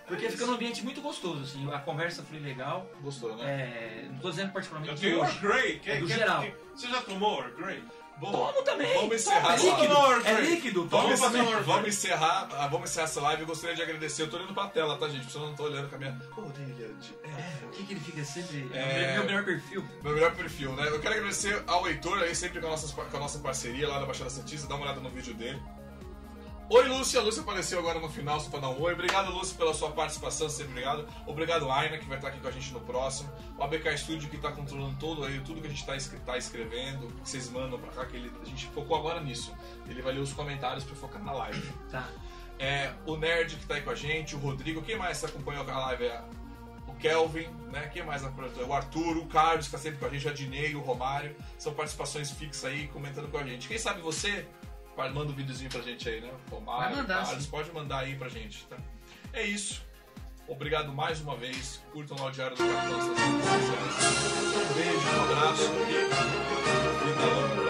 Speaker 3: porque fica num ambiente muito gostoso, assim, a conversa foi legal.
Speaker 1: Gostou, né?
Speaker 3: É, não tô dizendo particularmente
Speaker 2: Eu
Speaker 3: de
Speaker 2: tenho
Speaker 3: hoje.
Speaker 2: Earl Grey. Quem,
Speaker 3: É do
Speaker 2: quem-
Speaker 3: geral.
Speaker 2: quem- você já tomou Earl Grey?
Speaker 1: Bom,
Speaker 3: Tomo também.
Speaker 1: Vamos encerrar
Speaker 3: É
Speaker 1: essa
Speaker 3: líquido.
Speaker 2: live.
Speaker 3: É líquido. um Tomo
Speaker 1: Vamos,
Speaker 2: fazer
Speaker 3: também.
Speaker 2: uma-
Speaker 1: encerrar, vamos, encerrar, ah, vamos encerrar essa live. Eu gostaria de agradecer. Eu tô olhando pra tela, tá, gente? Porque eu não tô olhando com a minha orelha de
Speaker 3: É, O que, que ele fica sempre?
Speaker 1: É.
Speaker 3: É o meu melhor perfil.
Speaker 1: Meu melhor perfil, né? Eu quero agradecer ao Heitor aí, sempre com a nossa, com a nossa parceria lá da Baixada Santista. Dá uma olhada no vídeo dele. Oi, Lúcia. A Lúcia apareceu agora no final, só pra dar um oi. Obrigado, Lúcia, pela sua participação. Sempre obrigado. Obrigado, Aina, que vai estar aqui com a gente no próximo. O ABK Studio, que tá controlando todo aí, tudo que a gente tá, escre- tá escrevendo, que vocês mandam pra cá, que ele- a gente focou agora nisso. Ele vai ler os comentários pra focar na live.
Speaker 3: Tá.
Speaker 1: É, o Nerd que tá aí com a gente, o Rodrigo, quem mais que acompanhou a live? É O Kelvin, né? Quem mais apresentou? O Arthur, o Carlos que tá sempre com a gente, o Adinei, o Romário. São participações fixas aí, comentando com a gente. Quem sabe você pa- manda um videozinho pra gente aí, né? Romário,
Speaker 3: Vai mandar,
Speaker 1: Carlos, pode mandar aí pra gente, tá? É isso. Obrigado mais uma vez. Curtam lá o Diário do Cartão. essas redes sociais. Um beijo, um abraço e... Vida longa.